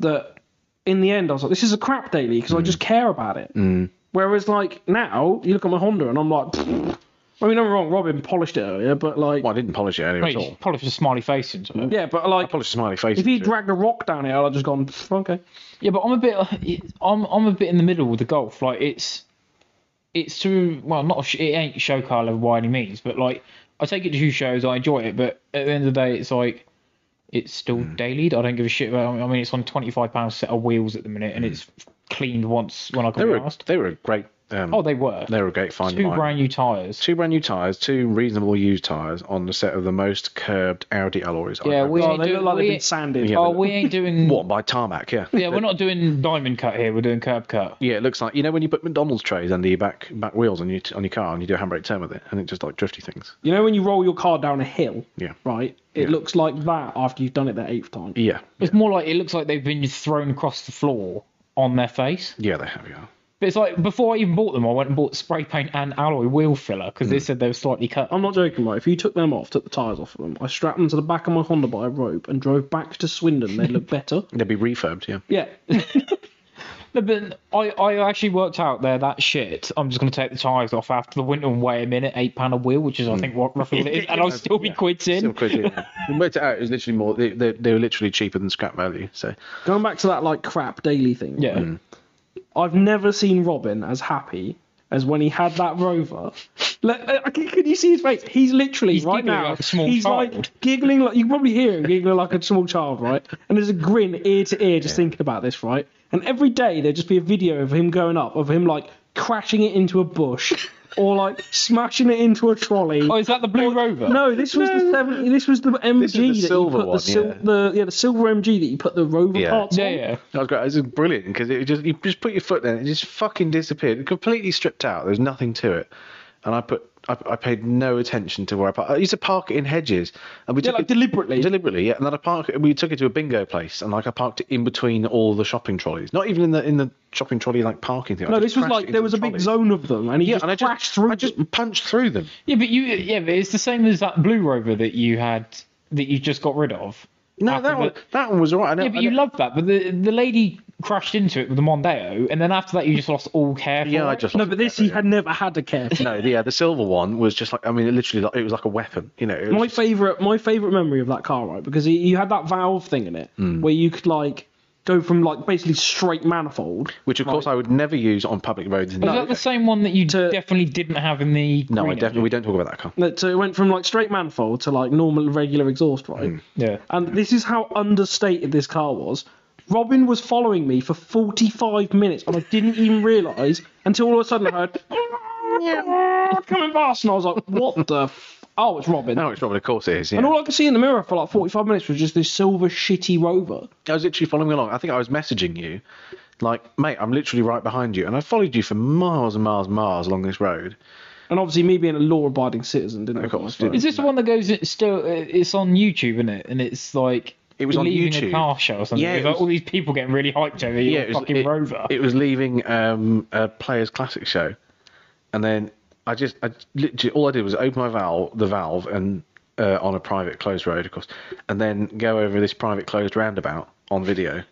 that in the end i was like this is a crap daily because
Hmm.
i just care about it whereas like now you look at my honda and i'm like "Pfft." i mean i'm wrong robin polished it earlier but like
Well, I didn't polish it earlier at
Right,
all.
just polish a smiley face into it.
yeah but like
Polish a smiley face.
if he
into it.
dragged a rock down here i'd have just gone "Pfft, okay
Yeah, but I'm a bit, uh, I'm I'm a bit in the middle with the golf. Like it's, it's to well, not a sh- it ain't show car level by any means, but like I take it to two shows, I enjoy it, but at the end of the day, it's like it's still dailied. I don't give a shit about. I mean, it's on twenty five pounds set of wheels at the minute, and it's cleaned once when I
they
got
were
asked.
they were a great Um,
Oh, they were.
they were a great find. of
Two
mine.
brand new tyres.
two brand new tyres, two reasonable used tyres on the set of the most curbed Audi alloys. I've
Yeah,
ever
we-
seen.
Oh, they
do-
look like they've
we-
been sanded.
Yeah,
Oh,
but-
we ain't doing.
What by tarmac? Yeah.
Yeah, we're not doing diamond cut here. We're doing curb cut.
Yeah, it looks like you know when you put McDonald's trays under your back back wheels on your on your car and you do a handbrake turn with it and it just like drifty things.
You know when you roll your car down a hill,
Yeah.
right? It looks like that after you've done it the eighth time.
Yeah.
It's more like it looks like they've been thrown across the floor on their face.
Yeah, they have. Yeah.
But it's like before I even bought them, I went and bought spray paint and alloy wheel filler because
Hmm.
they said they were slightly cut. Oh,
I'm not joking, right? If you took them off, took the tyres off of them, I strapped them to the back of my Honda by a rope and drove back to Swindon, they'd
[laughs]
look better.
They'd be refurbed. Yeah.
Yeah.
No, but I, I actually worked out there that shit. I'm just going to take the tyres off after the winter and weigh them in at eight pound a wheel, which is I think what roughly
[laughs]
it is, and I'll still be quids
Hmm. Still
in.
quid, yeah. [laughs] We worked it out. It was uh, literally more. They, they, they were literally cheaper than scrap value. So
Going back to that like crap daily thing.
Yeah,
Hmm.
I've never seen Robin as happy as when he had that rover. Like, uh, can, can you see his face? He's literally
He's
right
giggling
now.
like a small
he's
child.
like giggling like you can probably hear him giggling like a small child, right? And there's a grin ear to ear just thinking about this, right? And every day there'd just be a video of him going up, of him like crashing it into a bush,
[laughs]
or like smashing it into a trolley.
Oh, is that the blue rover?
No, this was the seven, This was the MG
is the
that
silver
you put
one,
the, sil-
yeah.
the yeah the silver MG that you put the rover
Yeah.
parts
Yeah,
on.
yeah.
that was great. It was brilliant because it just you just put your foot there and it just fucking disappeared. Completely stripped out. There's nothing to it. And I put. I, I paid no attention to where I parked. I used to park it in hedges, and we
Yeah,
took
like
it,
deliberately.
Deliberately, yeah. And then I park. We took it to a bingo place, and like I parked it in between all the shopping trolleys. Not even in the in the shopping trolley like parking thing. I
No,
just
this was
crashed
like
it
there
into
was
the
a big
trolleys.
zone of them, and he
Yeah,
just
and I just
crashed through.
I just
them.
punched through them.
Yeah, but you yeah, but it's the same as that blue rover that you had that you just got rid of.
No,
After
that
the-
one that one was alright. I don't-
Yeah, but
I
you
don't-
loved that. But the the lady crashed into it with the Mondeo, and then after that, you just lost all care. For
Yeah, I
it.
just
no,
lost
but
it
this
there,
he
yeah.
had never had a care.
No, yeah, the silver one was just like I mean, it literally like, it was like a weapon, you know. It was
my
just-
favorite, my favorite memory of that car, right? Because he, you had that valve thing in it
Hmm.
where you could like go from like basically straight manifold.
which of course I would never use on public roads. in
Was
the
that the
UK.
same one that you
To-
definitely didn't have in the?
No, I
green
definitely we don't talk about that car.
No, So uh, it went from like straight manifold to like normal regular exhaust,
Hmm.
right?
Yeah.
And this is how understated this car was. Robin was following me for 45 minutes, and I didn't even realise until all of a sudden I heard "Oh, coming past, and I was like, "What the? F- oh, it's Robin."
No, it's probably of course it is. Yeah.
And all I could see in the mirror for like 45 minutes was just this silver shitty rover.
I was literally following along. I think I was messaging you, like, mate, I'm literally right behind you, and I followed you for miles and miles and miles along this road.
And obviously, me being a law abiding citizen didn't
Of course,
recognise
Is this the one that goes? It's still. uh, It's on YouTube, isn't it? And it's like.
It was on
leaving
YouTube.
a car show or something.
Yeah,
Yeah,
it
like
was-
all these people getting really hyped over your
it was-
fucking
it-
rover.
It was leaving um, a Players Classic show, and then I just, I literally, all I did was open my valve, the valve, and uh, on a private closed road, of course, and then go over this private closed roundabout on video,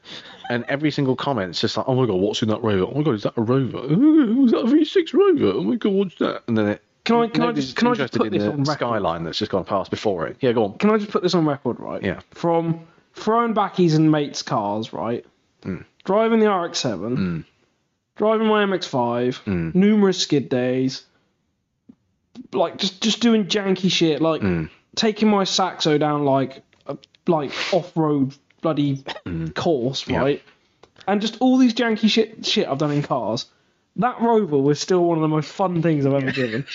and every single comment's just like, oh my god, what's in that rover? Oh my god, is that a rover? [laughs] Ooh, is that a V6 rover? Oh my god, what's that? And then it.
Can I- can I
nobody's
just- can I just
interested
put
in
this
the
on record?
skyline that's just gone past before it? Yeah, go on.
Can I just put this on record, right?
Yeah.
From throwing backies and mates' cars, right? Driving the RX 7, driving my MX5, numerous skid days, like just, just doing janky shit, like taking my Saxo down like a, like off road bloody course, right? And just all these janky shit shit I've done in cars. That rover was still one of the most fun things I've ever driven.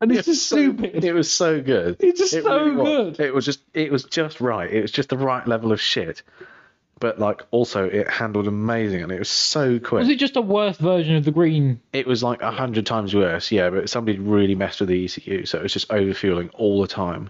and it's just stupid.
It was so good.
It's just
It
so
really was.
good.
It was just it was just right. It was just the right level of shit. But like also it handled amazing and it was so quick.
was
It-,
it just a worse version of the green?
was like a hundred times worse, yeah, but somebody really messed with the ECU, so it was just overfueling all the time.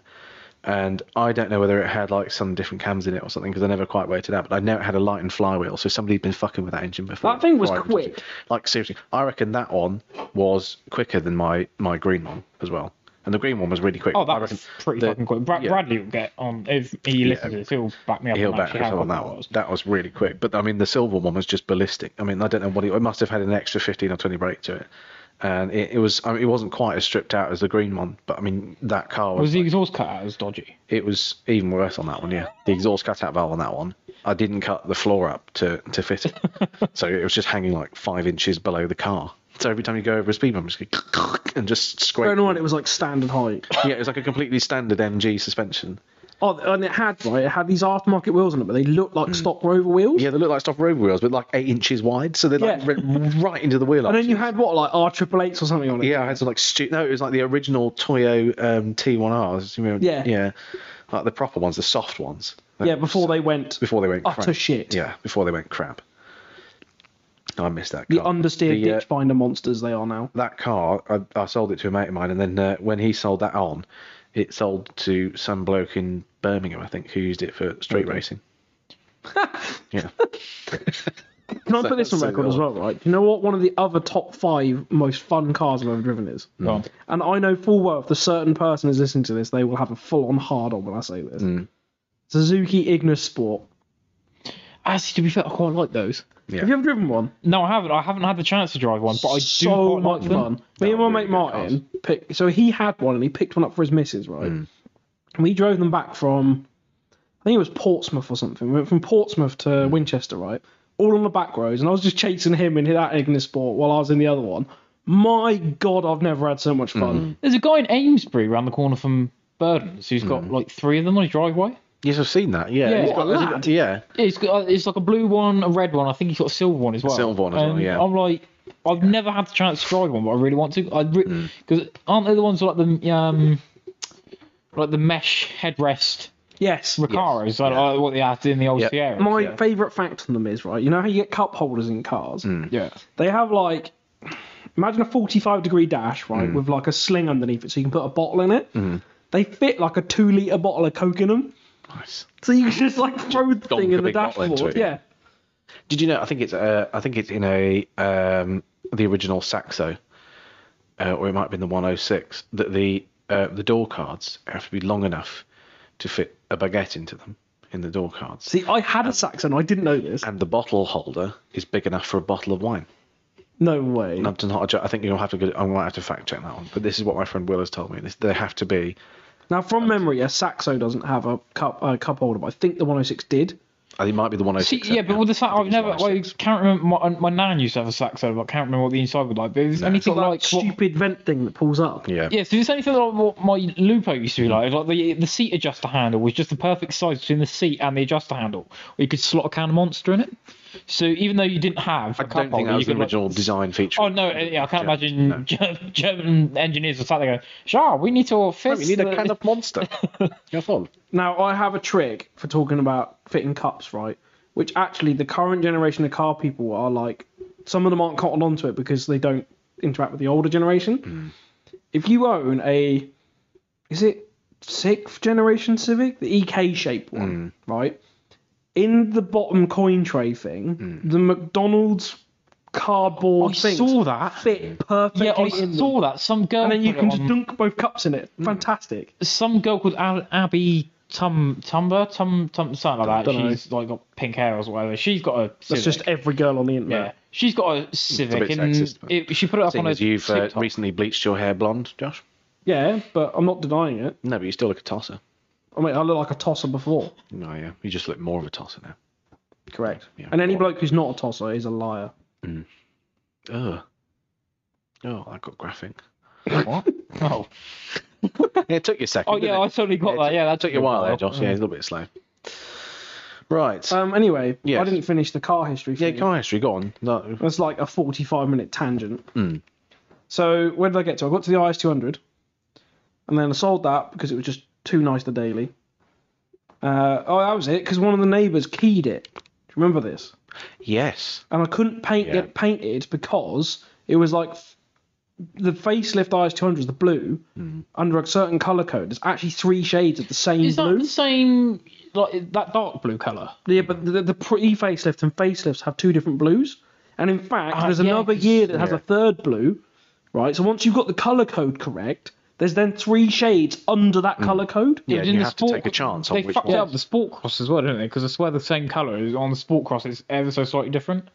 And I don't know whether it had like some different cams in it or something because I never quite worked it out. But I know it had a light and flywheel, so somebody'd been fucking with that engine before.
That thing was
Before I
quick.
Like seriously, I reckon that one was quicker than my my green one as well. And the green one was really quick.
Oh,
I
that
reckon
was pretty
the-
fucking quick. Brad,
yeah.
Bradley will get on if he listens to this. He'll back me up.
He'll
on
back
actually
us
how
on
quick
that
it
one.
was.
That was really quick. But I mean, the silver one was just ballistic. I mean, I don't know what it, it must have had an extra 15 or 20 brake to it. And it, it was, I mean, it wasn't quite as stripped out as the green one. But I mean, that car was,
Was the exhaust cut out as dodgy?
it was even worse on that one. Yeah, the exhaust cutout valve on that one, I didn't cut the floor up to to fit
[laughs]
it, so it was just hanging like five inches below the car. So every time you go over a speed bump, just go [laughs] and just scrape.
Going on, it was like standard height.
Yeah, it was like a completely standard MG suspension.
Oh, and it had right. It had these aftermarket wheels on it, but they looked like stock Rover wheels.
Hmm. Yeah, they look like stock rover wheels, but like eight inches wide, so they like
Yeah.
went right into the wheel.
And then you had what, like R triple eights or something on it.
Yeah, I had some like stu- no, it was like the original Toyo um, T1Rs. you remember-
Yeah.
yeah, like the proper ones, the soft ones.
Yeah, before they went
before they went
utter
crap.
shit.
Yeah, before they went crap. I missed that.
the
Car.
understeer
The, uh,
ditch finder monsters they are now.
that car, I, I sold it to a mate of mine, and then uh, when he sold that on, it sold to some bloke in Birmingham, I think, who used it for street
[laughs]
racing. yeah.
Can I
So
put this
that's
on
so
record as well, right? Do you know what one of the other top five most fun cars I've ever driven is?
Hmm. Mm.
Go on.
And I know full well if the certain person is listening to this, they will have a full on hard on when I say this.
Hmm.
Suzuki Ignis Sport.
Actually, to be fair, I quite like those.
Yeah.
Have you ever driven one?
No, I haven't. I haven't had the chance to drive one, but I do
so
quite
much
like them.
fun. Me and my
really
mate
good
Martin picked. So he had one, and he picked one up for his missus, right? And we drove them back from, I think it was Portsmouth or something. We went from Portsmouth to Winchester, right? All on the back roads, and I was just chasing him in that Ignis Sport while I was in the other one. My God, I've never had so much fun.
There's a guy in Amesbury around the corner from Burdens who's got
Mm.
like three of them on his driveway.
Yes, I've seen that. Yeah.
Yeah.
It's
What a
there's
lad.
yeah.
Yeah, It's got, uh, it's like a blue one, a red one. I think he's got a silver one as well.
silver one as well,
And
yeah. Hmm.
I'm like, I've never had the chance to drive one, but I really want to. I because aren't they the ones with, like the um like the mesh headrest
Yes.
Recaros? Like, like what they had in the old
Yeah.
Sierra.
My favourite fact on them is right. You know how you get cup holders in cars.
yeah.
They have like imagine a 45 degree dash, right,
Mm.
with like a sling underneath it so you can put a bottle in it.
Mm-hmm.
They fit like a two litre bottle of Coke in them.
Nice.
So you can just like throw the
dunk
thing
a
in the
big bottle into
dashboard.
it.
Yeah.
Did you know? I think it's uh, I think it's in a um, the original Saxo, uh, or it might have been the 106 that the uh, the door cards have to be long enough to fit a baguette into them in the door cards,
See, I had a Saxon, I didn't know this.
and the bottle holder is big enough for a bottle of wine.
No way.
I'm not a joke. I think you'll have to go, I might have to fact check that one, but this is what my friend Will has told me. This, they have to be.
Now, from memory, a Saxo doesn't have a cup uh, cup holder, but I think the 106 did.
I think uh, it might be the 106.
See, yeah, but with the sack,
I think
I've
it's
never. I
106.
can't remember. My, my nan used to have a saxo, but I can't remember what the inside was like. But it was anything
Like,
like what,
stupid vent thing that pulls up.
yeah.
Yeah, so it's anything like what my Lupo used to be like. Like the the seat adjuster handle was just the perfect size between the seat and the adjuster handle, or you could slot a can of monster in it. So even though you didn't have,
I
a
don't
cup
think
holder,
that
you
was the
could like-
original design feature.
Oh no! Yeah, I can't
Yeah,
imagine Ger- [laughs] German engineers were sat there going, "Sure, we need to fix."
We need a
the-
can of
[laughs]
monster. Have fun.
Now, I have a trick for talking about fitting cups, right? Which actually, the current generation of car people are like, some of them aren't cotton onto it because they don't interact with the older generation.
Hmm.
If you own a, is it sixth generation Civic? The EK shaped one,
Hmm.
right? In the bottom coin tray thing,
Hmm.
the McDonald's cardboard
I
thing
saw that.
fit perfectly
Yeah, I
in them.
saw that. Some girl.
And then you
put it
can just
on-
dunk both cups in it. Fantastic.
some girl called Al- Abby Tum Tumber Tum Tum something like that.
Dunno.
She's like got pink hair or whatever. She's got a.
That's
Civic.
just every girl on the internet.
Yeah, she's got a Civic,
bit
and
sexist, but-
it, she put it up
Seeing
on a
as you've uh,
TikTok.
recently bleached your hair blonde, Josh.
Yeah, but I'm not denying it.
No, but you still look a tosser.
I mean, I look like a tosser before.
No, yeah. You just look more of a tosser now.
Correct.
Yeah.
and any bloke who's not a tosser is a liar.
Ugh. Oh, I got graphic. [laughs]
What? Oh,
Yeah, it took you a second.
oh yeah,
didn't
I
it?
totally got
Yeah, mm.
that. Yeah, that
took you a while there, Josh. Yeah, it's a little bit slow. Right.
Um. Anyway,
Yes.
I didn't finish the car history.
yeah,
Thing.
car history. Go on. No.
That's like a 45 minute tangent.
Hmm.
So where did I get to? I got to the IS 200, and then I sold that because it was just too nice the daily. Uh, oh, that was it. Because one of the neighbours keyed it. Do you remember this?
Yes.
and I couldn't paint
Yeah.
it painted because it was like f- the facelift IS 200s, the blue,
Mm-hmm.
under a certain color code. There's actually three shades of the same
Is that
blue.
the same? Like that dark blue color?
Yeah, but the, the pre facelift and facelifts have two different blues. And in fact,
Ah,
there's
yeah,
another
'cause-
year that has
yeah.
a third blue, right? So once you've got the color code correct, there's then three shades under that color code.
Mm. Yeah,
But
you
in the
have to take a chance on
They
which
fucked
one.
up the sport cross as well, didn't they? Because I swear the same color is on the sport cross. It's ever so slightly different.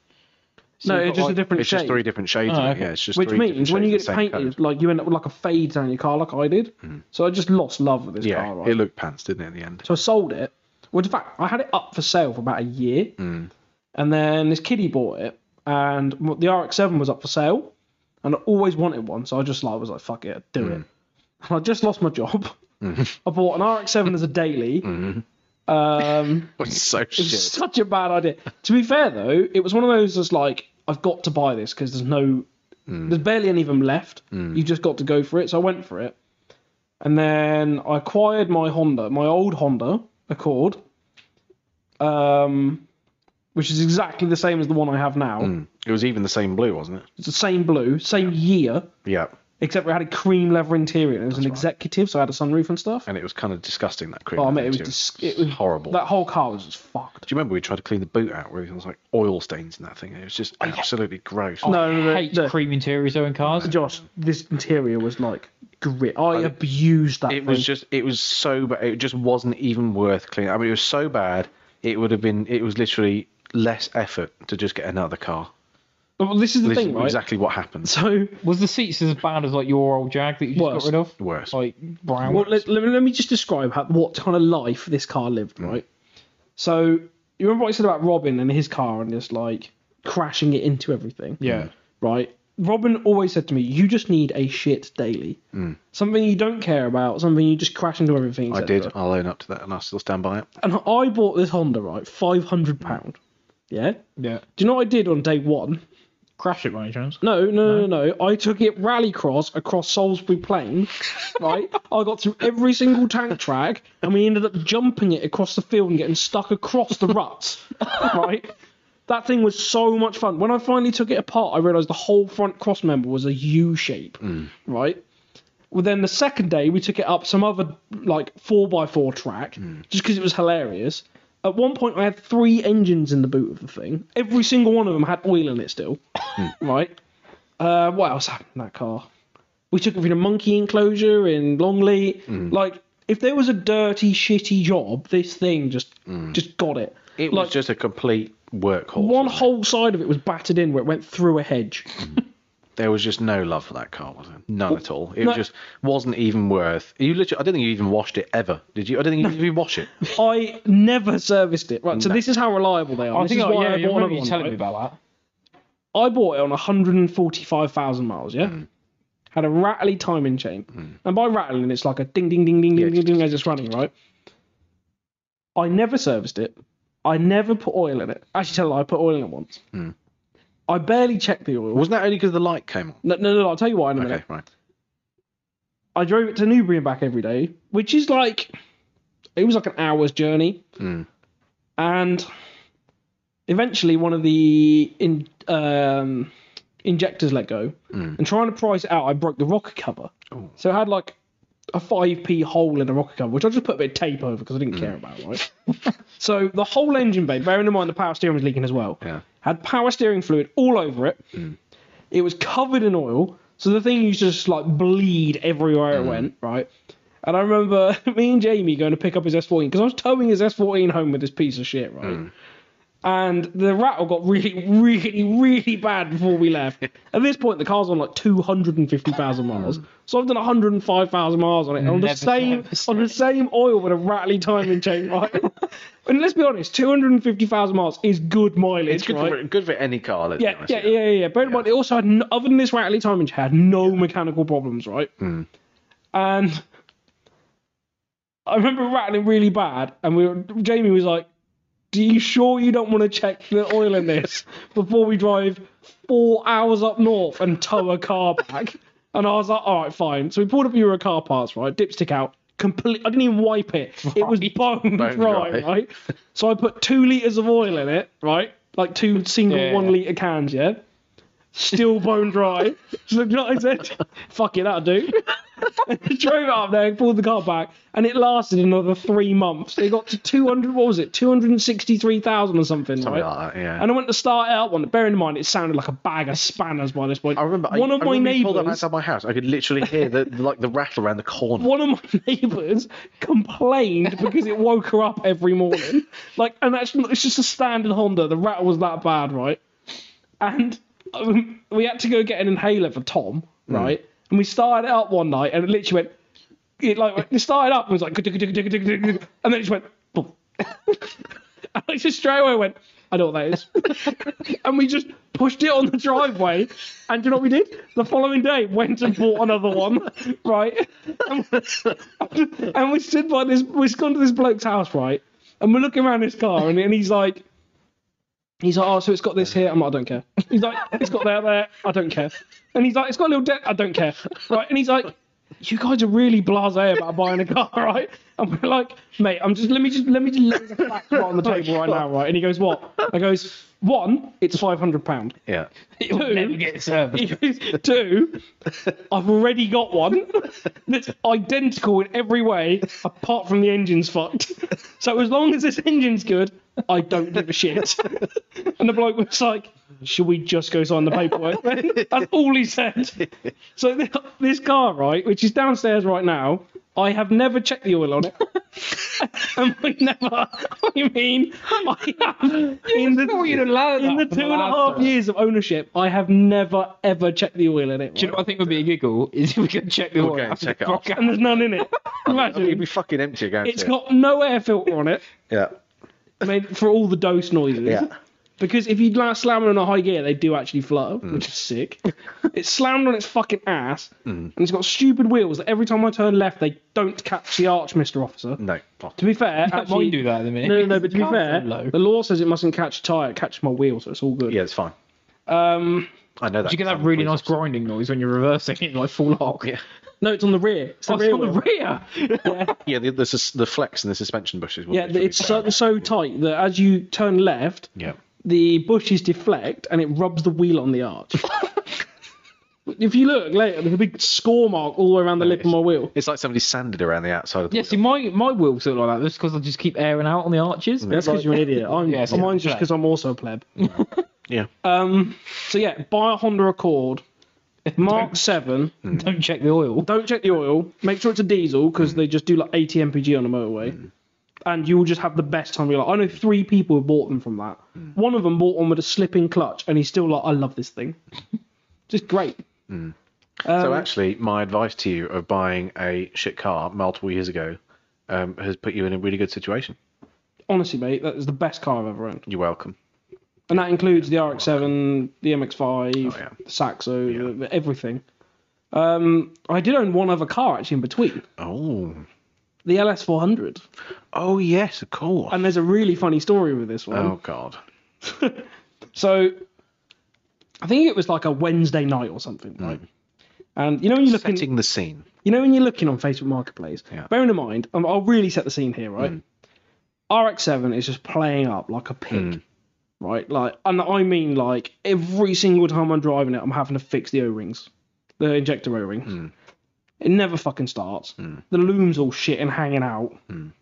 So
No,
you've
it's
got,
just a
like-
different
It's
shade.
just three different shades
Oh,
of it.
okay.
Yeah, it's just
which
three different
means when you
shades
get
of
it
the same
painted,
colours.
like you end up with like a fade down your car, like I did. So I just lost love with this
Yeah,
car. Right?
it looked pants, didn't it, in the end?
So I sold it. Well, in fact, I had it up for sale for about a year,
Mm. [laughs]
and then this kiddie bought it, and w- the RX-7 was up for sale, and I always wanted one, so I just like was like, fuck it, do it. And I just lost my job, [laughs] I bought an RX-7 as a daily. Um,
It's so
it was
shit.
such a bad idea. to be fair though, it was one of those that's like I've got to buy this because there's no,
Hmm.
there's barely any of them left. You've just got to go for it. So I went for it, and then I acquired my Honda, my old Honda Accord, um, which is exactly the same as the one I have now.
It was even the same blue, wasn't it?
It's the same blue, same year,
Hmm. Yeah.
except it had a cream leather interior. and It was an executive, so I had a sunroof and stuff.
And it was kind of disgusting that cream.
Oh,
leather
mate, it was
interior.
dis- it was
horrible.
That whole car was just fucked.
Do you remember we tried to clean the boot out where it was like oil stains and that thing? It was just
Oh,
absolutely gross.
No, no, no,
hate
no.
cream interiors though in cars.
Josh, this interior was like grit. I abused that.
It
thing.
was just it was so bad. It just wasn't even worth cleaning. I mean, it was so bad. It would have been. It was literally less effort to just get another car.
Well, this is the
This
thing,
is
right?
exactly what happened.
So,
Was the seats as bad as like your old Jag that you just
Worse.
got rid of?
Worse.
Like brown.
well, let, let, me, let me just describe how, what kind of life this car lived,
Mm.
right? So, you remember what I said about Robin and his car and just like crashing it into everything?
yeah.
right? Robin always said to me, "You just need a shit daily, something you don't care about, something you just crash into everything."
Mm. I
etc."
did. I'll own up to that, and I still stand by it.
And I bought this Honda, right, five hundred pound. Yeah.
Yeah.
Do you know what I did on day one?
Crash it by any chance.
No, no, no, no. no. I took it rallycross across Salisbury Plain, right? I got through every single tank track, and we ended up jumping it across the field and getting stuck across the ruts, right? That thing was so much fun. When I finally took it apart, I realised the whole front cross member was a U shape, right? Well, then the second day we took it up some other like four by four track just because it was hilarious. At one point, I had three engines in the boot of the thing. Every single one of them had oil in it still, right? Uh, what else happened in that car? We took it through the monkey enclosure in Longley. Like, if there was a dirty, shitty job, this thing just just got it.
It
like,
was just a complete workhorse.
one
wasn't it?
whole side of it was battered in where it went through a hedge.
There was just no love for that car, was there? None at all. It
no.
just wasn't even worth. You literally, I don't think you even washed it ever, did you? I don't think you even wash it.
I never serviced it. Right, so this is how reliable they are.
I
This
think
is
I,
why
yeah,
I
you
bought
remember
another
you
one,
telling
right?
me about that.
I bought it on 145,000 miles, yeah?
Mm.
Had a rattly timing chain. And by rattling, it's like a ding, ding, ding, ding,
Yeah,
ding, ding, ding as it's running, right? I never serviced it. I never put oil in it. Actually, tell you, I put oil in it once.
Mm.
I barely checked the oil.
Wasn't that only because the light came on?
No, no, no, I'll tell you why in a minute.
Okay, right.
I drove it to Newbury and back every day, which is like it was like an hour's journey. And eventually, one of the in, um, injectors let go, and trying to price it out, I broke the rocker cover. So it had like a five p hole in the rocker cover, which I just put a bit of tape over because I didn't care about. Right. [laughs] so the whole engine bay, bearing in mind the power steering was leaking as well,
Yeah.
had power steering fluid all over it.
Hmm.
It was covered in oil, so the thing used to just like bleed everywhere
Hmm.
it went, right? And I remember [laughs] me and Jamie going to pick up his S14 because I was towing his S14 home with this piece of shit, right?
Hmm.
And the rattle got really, really, really bad before
[laughs]
we left. At this point, the car's on like 250,000 miles, so I've done 105,000 miles on it on the
Never
same
serviced
on the same oil with a rattly timing
[laughs]
chain, right? and let's be honest, 250,000 miles is good mileage,
It's good,
right?
for, good for any car. Let's be
Yeah,
honest,
yeah, yeah, yeah, yeah. Bear in mind, it also had, no, other than this rattly timing, it had no mechanical problems, right?
Hmm.
And I remember rattling really bad, and we were, Jamie was like, "Do you sure you don't want to check the oil in this before we drive four hours up north and tow a car back?" And I was like, "All right, fine." So we pulled up Euro car parts, right? Dipstick out. Complete. I didn't even wipe it. It was bone
Bone
dry,
dry.
right?
[laughs]
So I put two liters of oil in it, right? Like two single
Yeah.
one liter cans, yeah. Still
[laughs]
bone dry. So you know what I said? Fuck it, that'll do. [laughs] Drove it up there, pulled the car back, and it lasted another three months. It got to two hundred. What was it? Two hundred and sixty-three thousand or something,
Something
right?
like that, yeah.
And I went to start it up one. Bearing in mind, it sounded like a bag of spanners by this point.
I remember
one
I,
of
I
my
remember you pulled up
neighbours.
outside my house. I could literally hear the like the rattle around the corner.
one of my [laughs] neighbours complained because it woke her up every morning. Like, and that's it's just a standard Honda. The rattle was that bad, right? And um, we had to go get an inhaler for Tom, right? And we started it up one night, and it literally went. It like went- it started up [laughs] and was like, and then it just went. boom. Alex just straight away went, I know what that is. [laughs] and we just pushed it on the driveway. And do you know what we did? The following day, went and bought another one, [laughs] right? And, and we stood by this, we've gone to this bloke's house, right? And we're looking around his car, and, and he's like, He's like, oh, so it's got this here. I'm like, I don't care. He's like, it's got that there. I don't care. And he's like, it's got a little deck. I don't care. Right? And he's like, you guys are really blasé about buying a car, [laughs] right? And we're like, mate, I'm just let me just let me just lay the facts right on the table right now, right? And he goes, what? I goes, one, it's five hundred pound.
Yeah.
You'll never get
[laughs]
service.
Two, I've already got one that's identical in every way, apart from the engine's fucked. So as long as this engine's good, I don't give a shit. [laughs] And the bloke was like, "Should we just go sign the paperwork?"
[laughs]
Then? That's all he said. So th- this car, right, which is downstairs right now, I have never checked the oil on it. [laughs] and we never. [laughs] I mean, I have, in the,
thought you'd have learned
in the
that
two
from
and a
last
half
time.
years of ownership, I have never ever checked the oil in it.
Do you know what [laughs] I think would be a giggle? [laughs] Is if we could check the
go
oil.
and
after
check
[laughs] the
it off.
podcast.
[laughs] and there's none
[laughs]
in it.
It'd
Imagine.
be fucking empty again.
It's got no air filter on it.
Yeah.
I mean, for all the dose noises.
Yeah.
[laughs] Because if you like, slam it on a high gear, they do actually flutter,
Mm.
which is sick. [laughs] it's slammed on its fucking ass,
Mm.
and it's got stupid wheels that every time I turn left, they don't catch the arch, Mister Officer.
No. fuck.
To be fair, actually,
Mine do that in a minute.
No, no, no, but to be
Cars
fair,
are low.
the law says it mustn't catch a tyre, it catches my wheel, so it's all good.
Yeah, it's fine.
Um,
I know that.
you get that
sound please.
really nice grinding noise when you're reversing it, like full hog. [laughs]
Yeah.
no, it's on the rear. It's, the
Oh, it's
rear
on the
wheel.
rear.
Yeah, the, the, sus- the flex and the suspension bushes.
Yeah, it's so, so tight that as you turn left,
Yeah.
the bushes deflect and it rubs the wheel on the arch. if you look later, there's a big score mark all the way around the lip of my wheel.
It's like somebody sanded around the outside of the
Yeah, see, my, my wheels look like that. That's because I just keep airing out on the arches.
That's because you're an idiot. I'm,
Yeah, so
mine's just
pleb.
because I'm also a pleb.
Yeah.
Um, so yeah, buy a Honda Accord, Mark
Don't-
Seven.
[laughs] Don't check the oil.
Don't check the oil. Make sure it's a diesel because they just do like 80 mpg on the motorway, and you will just have the best time. You're like, I know three people who bought them from that. One of them bought one with a slipping clutch, and he's still like, I love this thing. just great. Uh,
so actually, my advice to you of buying a shit car multiple years ago um, has put you in a really good situation.
Honestly, mate, that is the best car I've ever owned.
You're welcome.
And that includes the RX-7, the MX-5,
Oh, yeah.
the Saxo, the- the- everything. Um, I did own one other car actually in between,
Oh.
the LS400.
Oh yes, of course.
And there's a really funny story with this one.
oh god.
So I think it was like a Wednesday night or something, right? And you know when you look in,
Hmm. Setting the scene.
you know when you're looking on Facebook Marketplace.
Yeah. Mm.
Bearing in mind, um, I'll really set the scene here, right? RX-7 is just playing up like a pig,
Mm.
right? Like, and I mean, like every single time I'm driving it, I'm having to fix the O-rings, the injector O-rings.
Mm.
It never fucking starts. The loom's all shit and hanging out.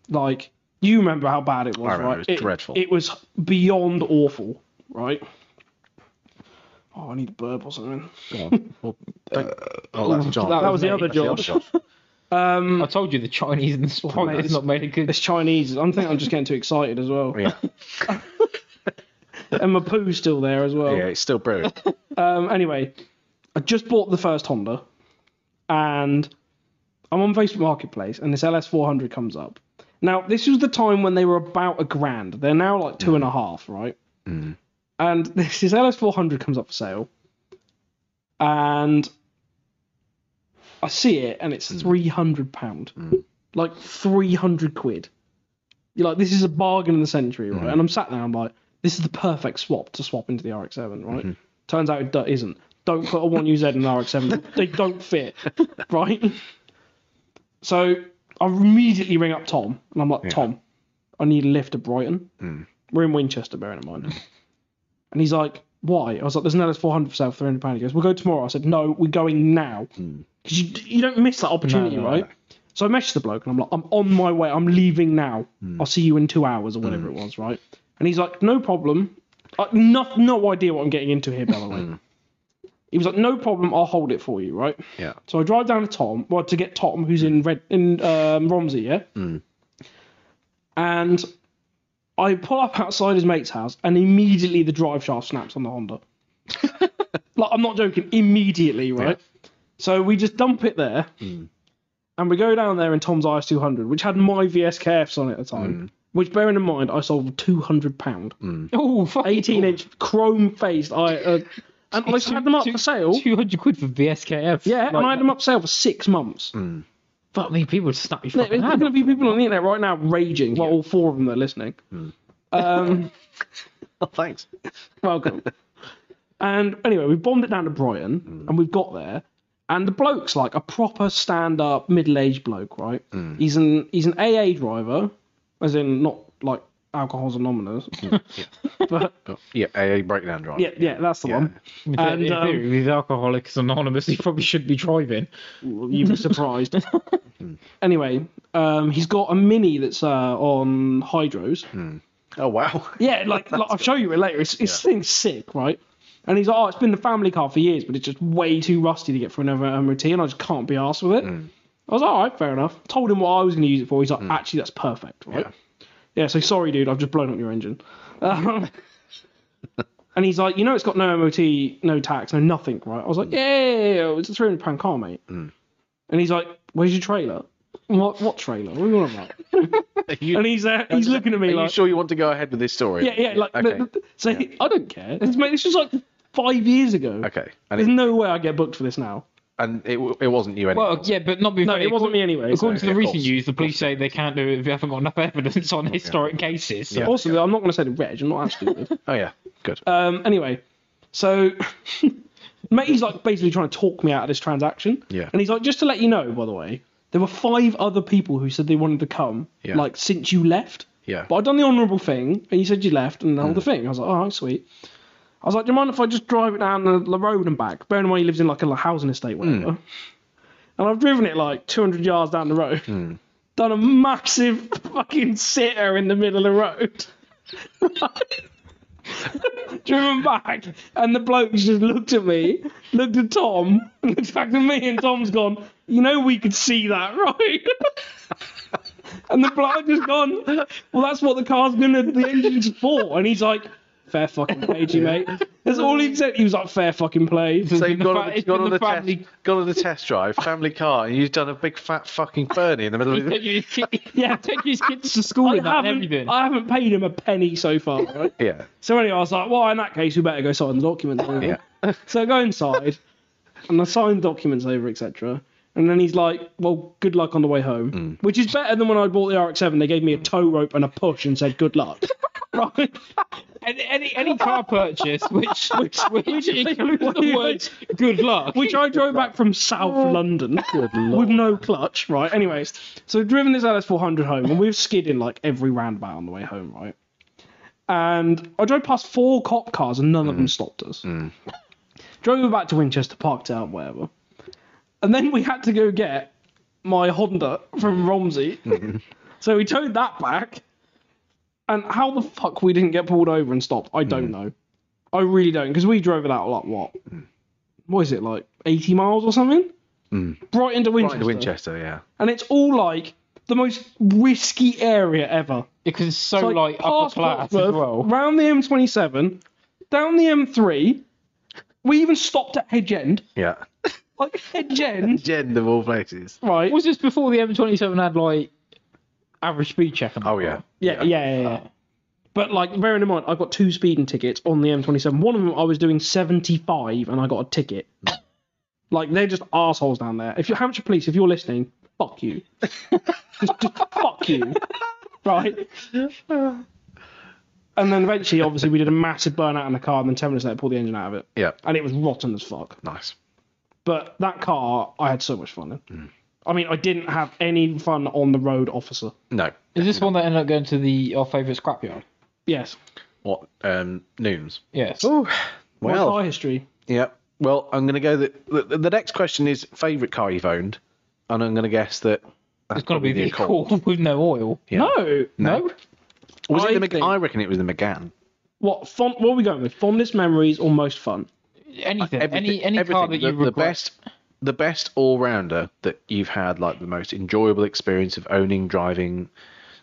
Like, you remember how bad it was,
Mm. remember,
right?
it was dreadful.
It was beyond awful, right? Oh, I need a burp or something.
Go
[laughs]
on. Well, don't- oh, that's John.
that
was the other
That's
Josh.
Josh.
I told you the Chinese and the
mate,
spot
it's-
has not made a good.
It's Chinese. I'm thinking I'm just getting too excited as
[laughs]
well.
Yeah.
And my poo's still there as well.
Yeah, it's still brilliant.
Um, anyway, I just bought the first Honda, and I'm on Facebook Marketplace, and this LS400 comes up. Now, this was the time when they were about a grand. They're now like two and a half, right? And [laughs] this is LS400 comes up for sale, and I see it, and it's three hundred pound, like three hundred quid. You're like, this is a bargain of the century,
Mm-hmm.
right? And I'm sat there, I'm like, this is the perfect swap to swap into the RX-7,
Mm-hmm.
right? Turns out it do- isn't. Don't put a 1UZ in an
[laughs]
RX-7. they don't fit, right? So I immediately ring up Tom, and I'm like, Tom, I need a lift to Brighton.
Mm.
We're in Winchester, bearing in mind. and he's like, why? I was like, there's an LS400 for sale for 300 pounds. He goes, we'll go tomorrow. I said, no, we're going now. Because you, you don't miss that opportunity,
Mm. No, no,
right? So I messaged the bloke and I'm like, I'm on my way. I'm leaving now. I'll see you in two hours or whatever it was, right? And he's like, no problem. I, no, no idea what I'm getting into here, by the way. he was like, no problem. I'll hold it for you, right?
Yeah.
So I drive down to Tom, well, to get Tom, who's in Red in um, Romsey, yeah.
Hmm.
And I pull up outside his mate's house, and immediately the drive shaft snaps on
[laughs]
the Honda. like I'm not joking, immediately, right? So we just dump it
Hmm. Hmm.
there, and we go down there in Tom's IS200, which had my VSKFs on it at the time, Which, bearing in mind, I sold two hundred pound,
[laughs] Oh, fuck.
eighteen inch chrome faced. I
[laughs]
uh, and I had them up for sale.
Two hundred quid for BSKF.
Yeah, and I had
like, Hmm.
them up for sale for six months.
fuck me, people would snap your
There's
fucking
going
hand.
to be people on the internet right now raging. Well, all four of them that are listening. Um,
Oh, thanks.
welcome. and anyway, we bombed it down to Brighton, and we've got there. And the bloke's like a proper stand-up middle-aged bloke, right? He's an he's an AA driver, as in not like Alcohol's Anonymous, but
But, Oh, yeah, AA breakdown driver.
yeah, yeah, that's the one.
And,
And,
in
um,
theory, with Alcoholics Anonymous, he probably should be driving.
You'd be surprised. anyway, um, he's got a mini that's uh, on hydros.
Oh wow. [laughs]
[laughs] Yeah, like, like I'll show you it later. It's, it's thing's sick, right? And he's like, oh, it's been the family car for years, but it's just way too rusty to get through another um, routine. I just can't be arsed with it. I was like, all right, fair enough. Told him what I was going to use it for. He's like, actually, that's perfect, right? Mm. Yeah. so sorry, dude, I've just blown up your engine. [laughs] Um, and he's like, you know, it's got no MOT, no tax, no nothing, right? I was like, yeah, yeah, yeah, yeah, it's a three hundred pound car, mate. And he's like, where's your trailer? What what trailer? What are you on [laughs] about?
Are you,
And he's there, he's looking at me
are you
like,
sure you want to go ahead with this story?
yeah, yeah. Like,
okay.
th- th- so he- I don't care. It's, mate, this was like five years ago.
okay. And
There's
it,
no way I get booked for this now.
and it, w- it wasn't you anyway.
Well, yeah, but not be
No,
fair,
it wasn't me anyway.
According to
So.
the
of
recent
course.
news, the police say they can't do it if they haven't got enough evidence on historic cases. So.
Yeah.
Also, I'm not going to say the reg. I'm not
[laughs]
that stupid.
oh yeah. Good.
um, anyway, so [laughs] mate, he's like basically trying to talk me out of this transaction.
Yeah.
And he's like, just to let you know, by the way, there were five other people who said they wanted to come.
Yeah.
Like since you left.
yeah.
But I'd done the honourable thing, and you said you left, and the whole thing. I was like, all right, sweet. I was like, do you mind if I just drive it down the, the road and back? Bearing in mind he lives in like a l- housing estate, whatever. And I've driven it like 200 yards down the road, done a massive [laughs] fucking sitter in the middle of the road. driven back, and the bloke's just looked at me, looked at Tom, and looked back at me, and Tom's gone, you know, we could see that, [laughs] right? And the bloke just gone, well, that's what the car's gonna, the engine's for. And he's like, fair fucking play, G, mate. That's all he said. He was like, fair fucking play.
So you've
been the
gone
fa-
on the,
it's
gone
been
on
the
the test,
family-
gone on the test drive, family car, and you've done a big fat fucking Bernie in the middle of
[laughs]
[laughs]
Take
the
your kid-
Yeah.
take his kids to school
I
and that and
haven't,
everything.
I haven't paid him a penny
[laughs]
so far. Right?
yeah,
So anyway, I was like, well, in that case, we better go sign the documents. Over.
yeah,
So I go inside, and I sign documents over, etc. And then he's like, well, good luck on the way home, which is better than when I bought the RX-7. They gave me a tow rope and a push and said, good luck. right?
Any, any [laughs] any car purchase which [laughs] which, which includes
[laughs]
the
which-
words "good luck," Oh.
which I drove back from
[laughs]
South London with no clutch, right? Anyways, so we've driven this LS400 home, and we've skidded like every roundabout on the way home, right? And I drove past four cop cars, and none of
Mm.
them stopped us. Drove back to Winchester, parked out, whatever. And then we had to go get my Honda from Romsey. so we towed that back. And how the fuck we didn't get pulled over and stopped, I don't know. I really don't, because we drove it out like what? What is it, like 80 miles or something? Brighton to Winchester.
Right in Winchester, yeah.
And it's all like the most risky area ever.
because it's so Oh,
Like,
like upper
past
class as
Cotswold,
well.
round the M27, down the M3. We even stopped at Hedge End.
Yeah,
Like, Hedge
[laughs]
End,
Jen of all places.
right?
Was this before the M27 had like average speed check? On
Oh yeah,
Yeah, yeah, yeah. yeah. But like, bearing in mind, I've got two speeding tickets on the M27. One of them, I was doing 75, and I got a ticket. like, they're just assholes down there. If you Hampshire Police, if you're listening,
[laughs]
fuck you. just, just fuck you, right? And then eventually, obviously, we did a massive burnout in the car, and then 10 minutes later, pulled the engine out of it,
yeah.
and it was rotten as fuck.
Nice.
But that car, I had so much fun in.
Hmm.
I mean, I didn't have any fun on the road, officer.
No,
Is this one that ended up going to the our favourite scrapyard?
Yes.
what um Nooms?
Yes.
Oh,
My
well,
car history.
yeah. Well, I'm going to go. The, the the next question is favorite car you've owned, and I'm going to guess that that's
it's gonna be
probably
the cool [laughs] with no oil.
Yeah. Uh,
No,
No? Was
I
it the? Meg-
think-
I reckon it was the Megan.
What fond? What are we going with? Fondest memories or most fun?
Anything.
Everything-
any any car that
everything.
you
the, the
regret.
best the best all rounder that you've had like the most enjoyable experience of owning driving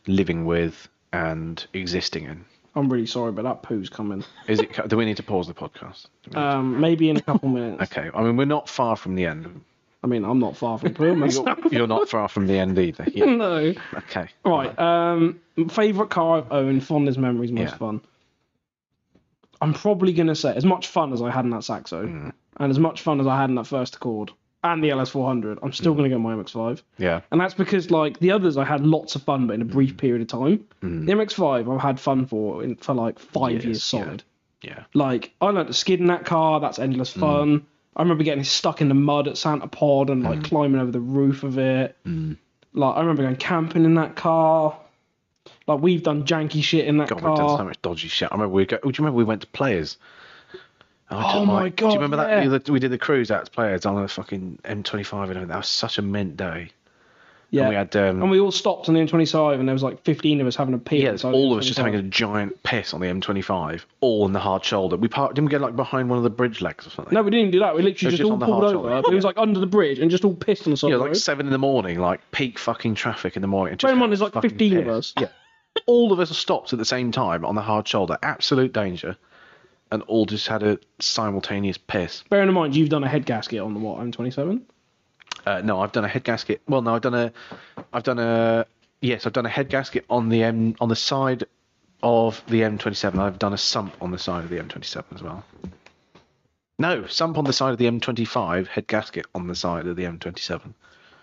living with and existing in
I'm really sorry, but that
[laughs]
poo's coming.
is it co- do we need to pause the podcast [laughs]
Um, maybe in a couple minutes.
okay i mean we're not far from the end
I mean, I'm not far
[laughs]
from proving myself.
You're not far from the end either. Yeah.
[laughs] no.
Okay.
Right. Um, favorite car I've owned. Fondest memories. Most
Yeah.
fun. I'm probably gonna say as much fun as I had in that Saxo,
Mm.
and as much fun as I had in that first Accord and the LS400. I'm still gonna go my MX-5,
Yeah.
and that's because like the others, I had lots of fun, but in a
Mm.
brief period of time. The MX-5, I've had fun for in, for like five
Years,
years
Mm. yeah.
solid.
Yeah.
Like I learned to skid in that car. That's endless
Mm.
fun. I remember getting stuck in the mud at Santa Pod and
Mm.
like climbing over the roof of it. Like I remember going camping in that car. Like we've done janky shit in that
God, we've done so
car.
much dodgy shit. I remember we go. Oh, do you remember we went to Players? And I
Oh
took
my
Do
God,
you remember
yeah.
that the other- we did the cruise out to Players on a fucking M25 and everything? That was such a mint day.
Yeah,
And we had um,
and we all stopped on the M25 and there was like 15 of us having a pee.
Yeah, it's all of us just having a giant piss on the M25, all in the hard shoulder. We parked, didn't we get like behind one of the bridge legs or something?
No, we didn't do that. We literally
was
just,
just
all
on the
pulled
hard
over.
shoulder.
It was like under the bridge and just all pissed on the side.
yeah,
of the
like
road.
seven in the morning, like peak fucking traffic in the morning. and just
Bear in mind,
had
there's like
fucking
15 of
piss.
us.
Yeah, [laughs] all of us are stopped at the same time on the hard shoulder, absolute danger, and all just had a simultaneous piss.
Bearing in mind, you've done a head gasket on the what M27.
Uh, no, I've done a head gasket. Well, no, I've done a, I've done a, yes, I've done a head gasket on the M on the side of the M27. I've done a sump on the side of the M27 as well. No, sump on the side of the M25, head gasket on the side of the M27.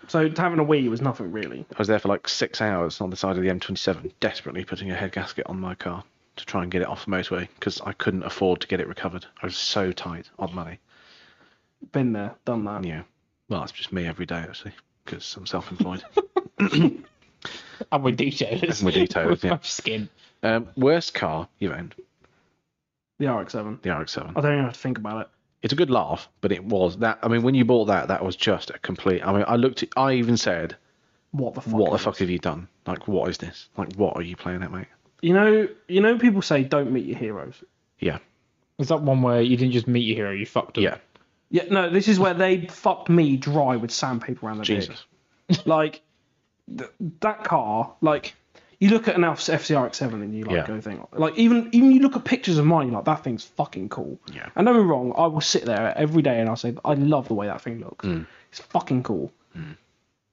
So having a wee was nothing really.
I was there for like six hours on the side of the M27, desperately putting a head gasket on my car to try and get it off the motorway because I couldn't afford to get it recovered. I was so tight on money.
Been there, done that.
Yeah, well, that's just me every day actually because I'm self-employed.
And we're detailers.
And we're detailers, [laughs]
With [laughs]
yeah.
much skin.
Um, worst car you've owned,
The RX-7.
the RX-7.
I don't even have to think about it.
It's a good laugh, but it was that. I mean, when you bought that, that was just a complete. I mean, I looked. At, I even said,
What the fuck?
"What the
is
fuck
this?
have you done? Like, what is this? Like, what are you playing at, mate?"
You know, you know, people say don't meet your heroes.
Yeah,
Was that one where you didn't just meet your hero, you fucked up?
yeah,
Yeah, no, this is where they fucked me dry with sandpaper around the
Jesus.
dick. Like th- that car, like you look at an Alfa FCRX7 and you like
Yeah.
go think like even even you look at pictures of mine, you're like that thing's fucking cool.
Yeah.
And don't be wrong, I will sit there every day and I'll say I love the way that thing looks.
Mm.
It's fucking cool. But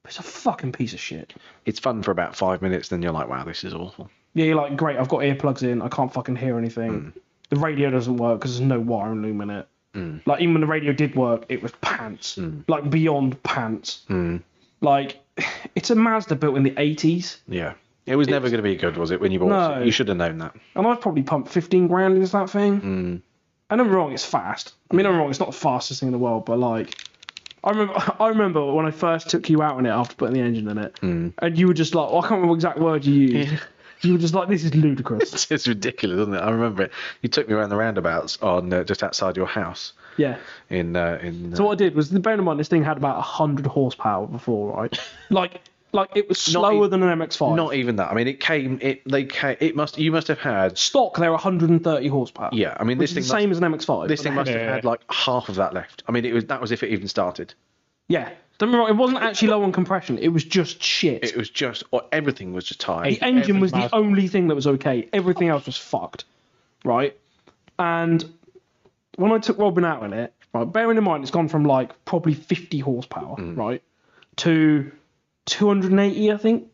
it's a fucking piece of shit.
It's fun for about five minutes, then you're like, "Wow, this is awful."
Yeah, you're like, great, I've got earplugs in, I can't fucking hear anything. The radio doesn't work because there's no wire and loom in it. Like, even when the radio did work, it was pants. Like, beyond pants. Like, [sighs] it's a Mazda built in the 80s,
Yeah, it was never going to be good, was it? When you bought
No.
it, you should have known that. [laughs]
and I've probably pumped 15 grand into that thing. And I'm wrong, it's fast. I mean, I'm wrong, it's not the fastest thing in the world, but like. I remember, [laughs] I remember when I first took you out in it after putting the engine in it, and you were just like, well, I can't remember what exact word you used. You were just like, this
[laughs]
is ludicrous.
It's ridiculous, isn't it? I remember it. You took me around the roundabouts on uh, just outside your house
yeah.
in uh, in.
So what I did was, bear in mind, this thing had about hundred horsepower
[laughs]
before, right? Like, like it was
Not
slower
e-
than an MX-5.
not even that. I mean, it came. It they came. It must. You must have had.
stock. They're 130 horsepower.
Yeah, I mean, this
Which is
thing.
the
must-
same as an MX-5.
This thing must have
Yeah.
had like half of that left. I mean, it was that was if it even started.
Yeah. Don't be wrong. It wasn't actually low on compression. It was just shit.
It was just or everything was just tired.
the engine was the
Everything-
only thing that was okay. Everything else was fucked, right? And when I took Robin out in it, right, bearing in mind it's gone from like probably 50 horsepower,
Mm.
right, to 280, I think.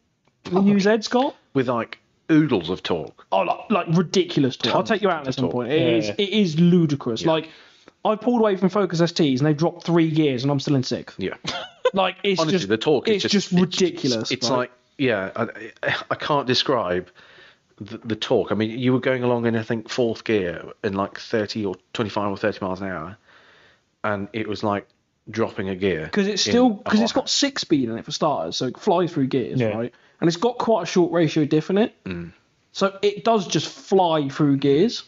The UZ's got.
with like oodles of talk.
Oh, like, like ridiculous talk. I'll take you out at some
talk.
point. It is
yeah.
it is ludicrous. Like I pulled away from Focus STs and they've dropped three gears and I'm still in sixth.
Yeah,
Like it's
honestly,
just
the talk is
it's just, ridiculous.
It's, it's
right?
like yeah, I, I can't describe the, the talk. I mean, you were going along in I think fourth gear in like thirty or twenty five or thirty miles an hour, and it was like dropping a gear
because it's
in
still
a
because it's
hot-
got six speed in it for starters, so it flies through gears,
Yeah.
right? And it's got quite a short ratio diff in it,
Mm.
so it does just fly through gears.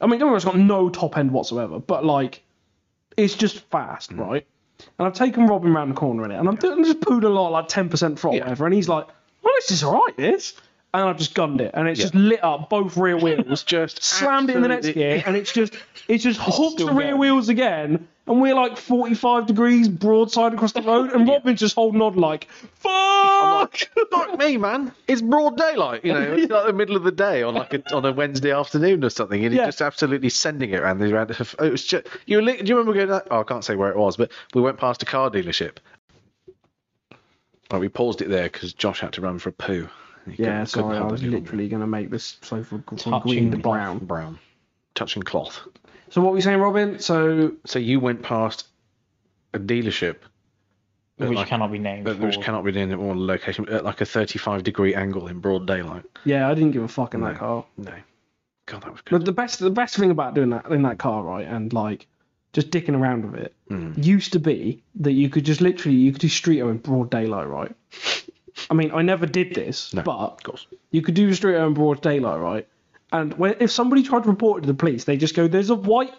I mean, don't worry, it's got no top end whatsoever, but like, it's just fast,
Mm.
right? And I've taken Robin round the corner in it, and I'm, doing, just pooed a lot, like ten percent throttle,
Yeah.
whatever, and he's like, "Well, this is alright, this." And I've just gunned it, and it's just lit up
[laughs]
both rear wheels,
just
slammed it in the next
absolutely-
gear, and it's just [laughs] it's just hooked the
still
rear
going.
wheels again, and we're like 45 degrees broadside across the road, [laughs] and Robin's just holding on like, fuck!
[laughs] Fuck me, man! It's broad daylight. You know,
[laughs]
it's like the middle of the day on like a, on a Wednesday afternoon or something, and
Yeah.
you're just absolutely sending it around. the- around the- It was just you. Were, li- do you remember going? That, oh, I can't say where it was, but we went past a car dealership, Right, we paused it there because Josh had to run for a poo. He
Yeah,
couldn't- couldn't
sorry, I
hold
was
it in.
literally going to make this sofa g- from
Touching
green to
the
brown.
brown, touching cloth.
So what were you saying, Robin? So
So you went past a dealership But
which
like-
cannot be named.
that which
for-
cannot be named at one location at like a 35 degree angle in broad daylight.
yeah, I didn't give a fuck in that
No.
car.
No, God, that was good.
But the best, the best thing about doing that in that car, right, and like just dicking around with it,
Mm.
used to be that you could just literally you could do streeto in broad daylight, right? I mean, I never did this,
No.
but
Of course.
you could do streeto in broad daylight, right? And when, if somebody tried to report it to the police, they just go, "There's a white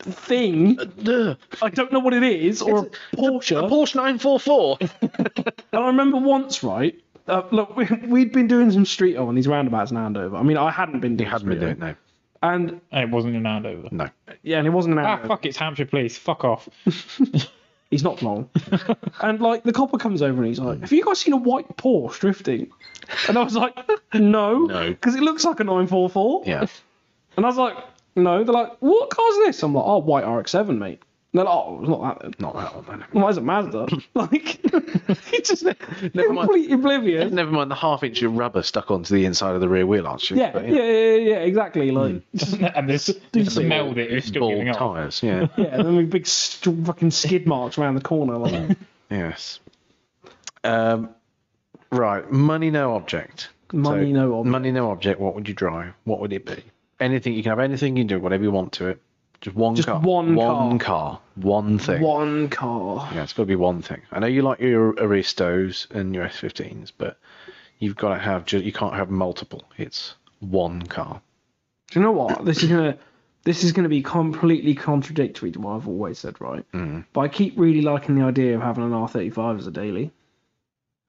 thing.
Duh.
I don't know what it is, or a Porsche."
Porsche
[laughs]
944.
And I remember once, right? Uh, look, we, we'd been doing some street on these roundabouts in Andover. I mean, I hadn't been doing.
Hadn't been
streeto.
doing it, no.
And
And it wasn't in Andover.
No.
yeah, and it wasn't an
Ah,
[laughs] Andover.
fuck! It's Hampshire Police. Fuck off. [laughs]
He's not long. [laughs] and like the copper comes over and he's
Hmm.
like, "Have you guys seen a white Porsche drifting?" And I
[laughs]
was like, "No,
No.
because it looks like a 944."
Yeah.
And I was like, "No." They're like, "What car's this?" I'm like, "Oh, white RX-7, mate." And they're like, "Oh, it's not that." Then.
Not that one, then.
Why is it Mazda? [laughs] like, it's just
Never mind.
complete
[laughs]
oblivion.
Never mind the half inch of rubber stuck onto the inside of the rear wheel arch.
Yeah, yeah, yeah, yeah, yeah, exactly. Like,
Hmm. [laughs]
and this smelled it. It was still
Ball
giving off.
tyres,
[laughs]
yeah.
Yeah, and then we big st- fucking skid marks around the corner. Like
yes. Um, right, money no object.
[laughs] money,
Hmm. So,
no object.
Money no object, what would you drive? What would it be? Anything, you can have anything, you can do whatever you want to it. Just one
Just
car.
one
One car. One thing.
One car.
Yeah, it's got to be one thing. I know you like your Aristos and your S15s, but you've got to have, ju- you can't have multiple. It's one car.
Do you know what? This is gonna, this is gonna be completely contradictory to what I've always said, right?
Mm.
But I keep really liking the idea of having an R35 as a daily.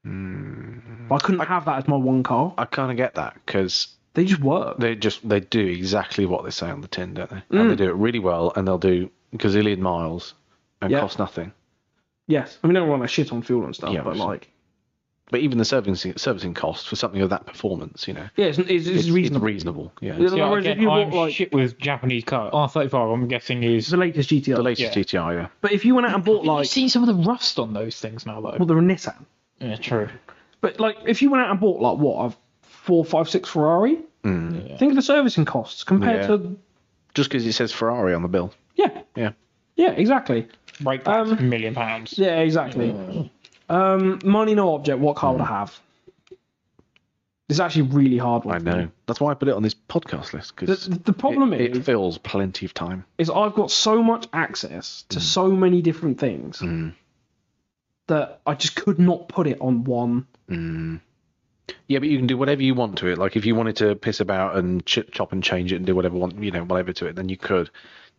Hmm.
But I couldn't have that as my one car.
I kind of get that because
They just work.
they just they do exactly what they say on the tin, don't they? And
Mm.
they do it really well, and they'll do gazillion miles and
Yeah.
cost nothing.
yes, I mean, I don't want to shit on fuel and stuff,
Yeah,
but
obviously.
like,
But even the servicing servicing cost for something of that performance, you know,
yeah, it's, it's, it's, reasonable.
reasonable. Yeah,
Yeah,
It's
In
Yeah,
other words, if
again,
you
I'm
want, like-
shit with Japanese cars. R35, I'm guessing,
It's
is.
the latest GTR.
the latest GTI, yeah.
But if you went out and bought like,
You've seen some of the rust on those things now, though.
well, they're a Nissan.
yeah, true.
But like, if you went out and bought like what a four, five, six Ferrari, think of the servicing costs compared
Mm. Yeah.
to
Just because it says Ferrari on the bill.
yeah,
Yeah.
yeah, exactly,
Break that
Um,
million pounds.
yeah, exactly. Um, money no object. What car would
Mm.
I have? It's actually a really hard one.
I
for
know.
me.
That's why I put it on this podcast list
The,
because
the problem
it, it
is,
fills plenty of time.
is I've got so much access to so many different things that I just could not put it on one.
Yeah, but you can do whatever you want to it. Like if you wanted to piss about and chip, chop and change it and do whatever want, you know, whatever to it, then you could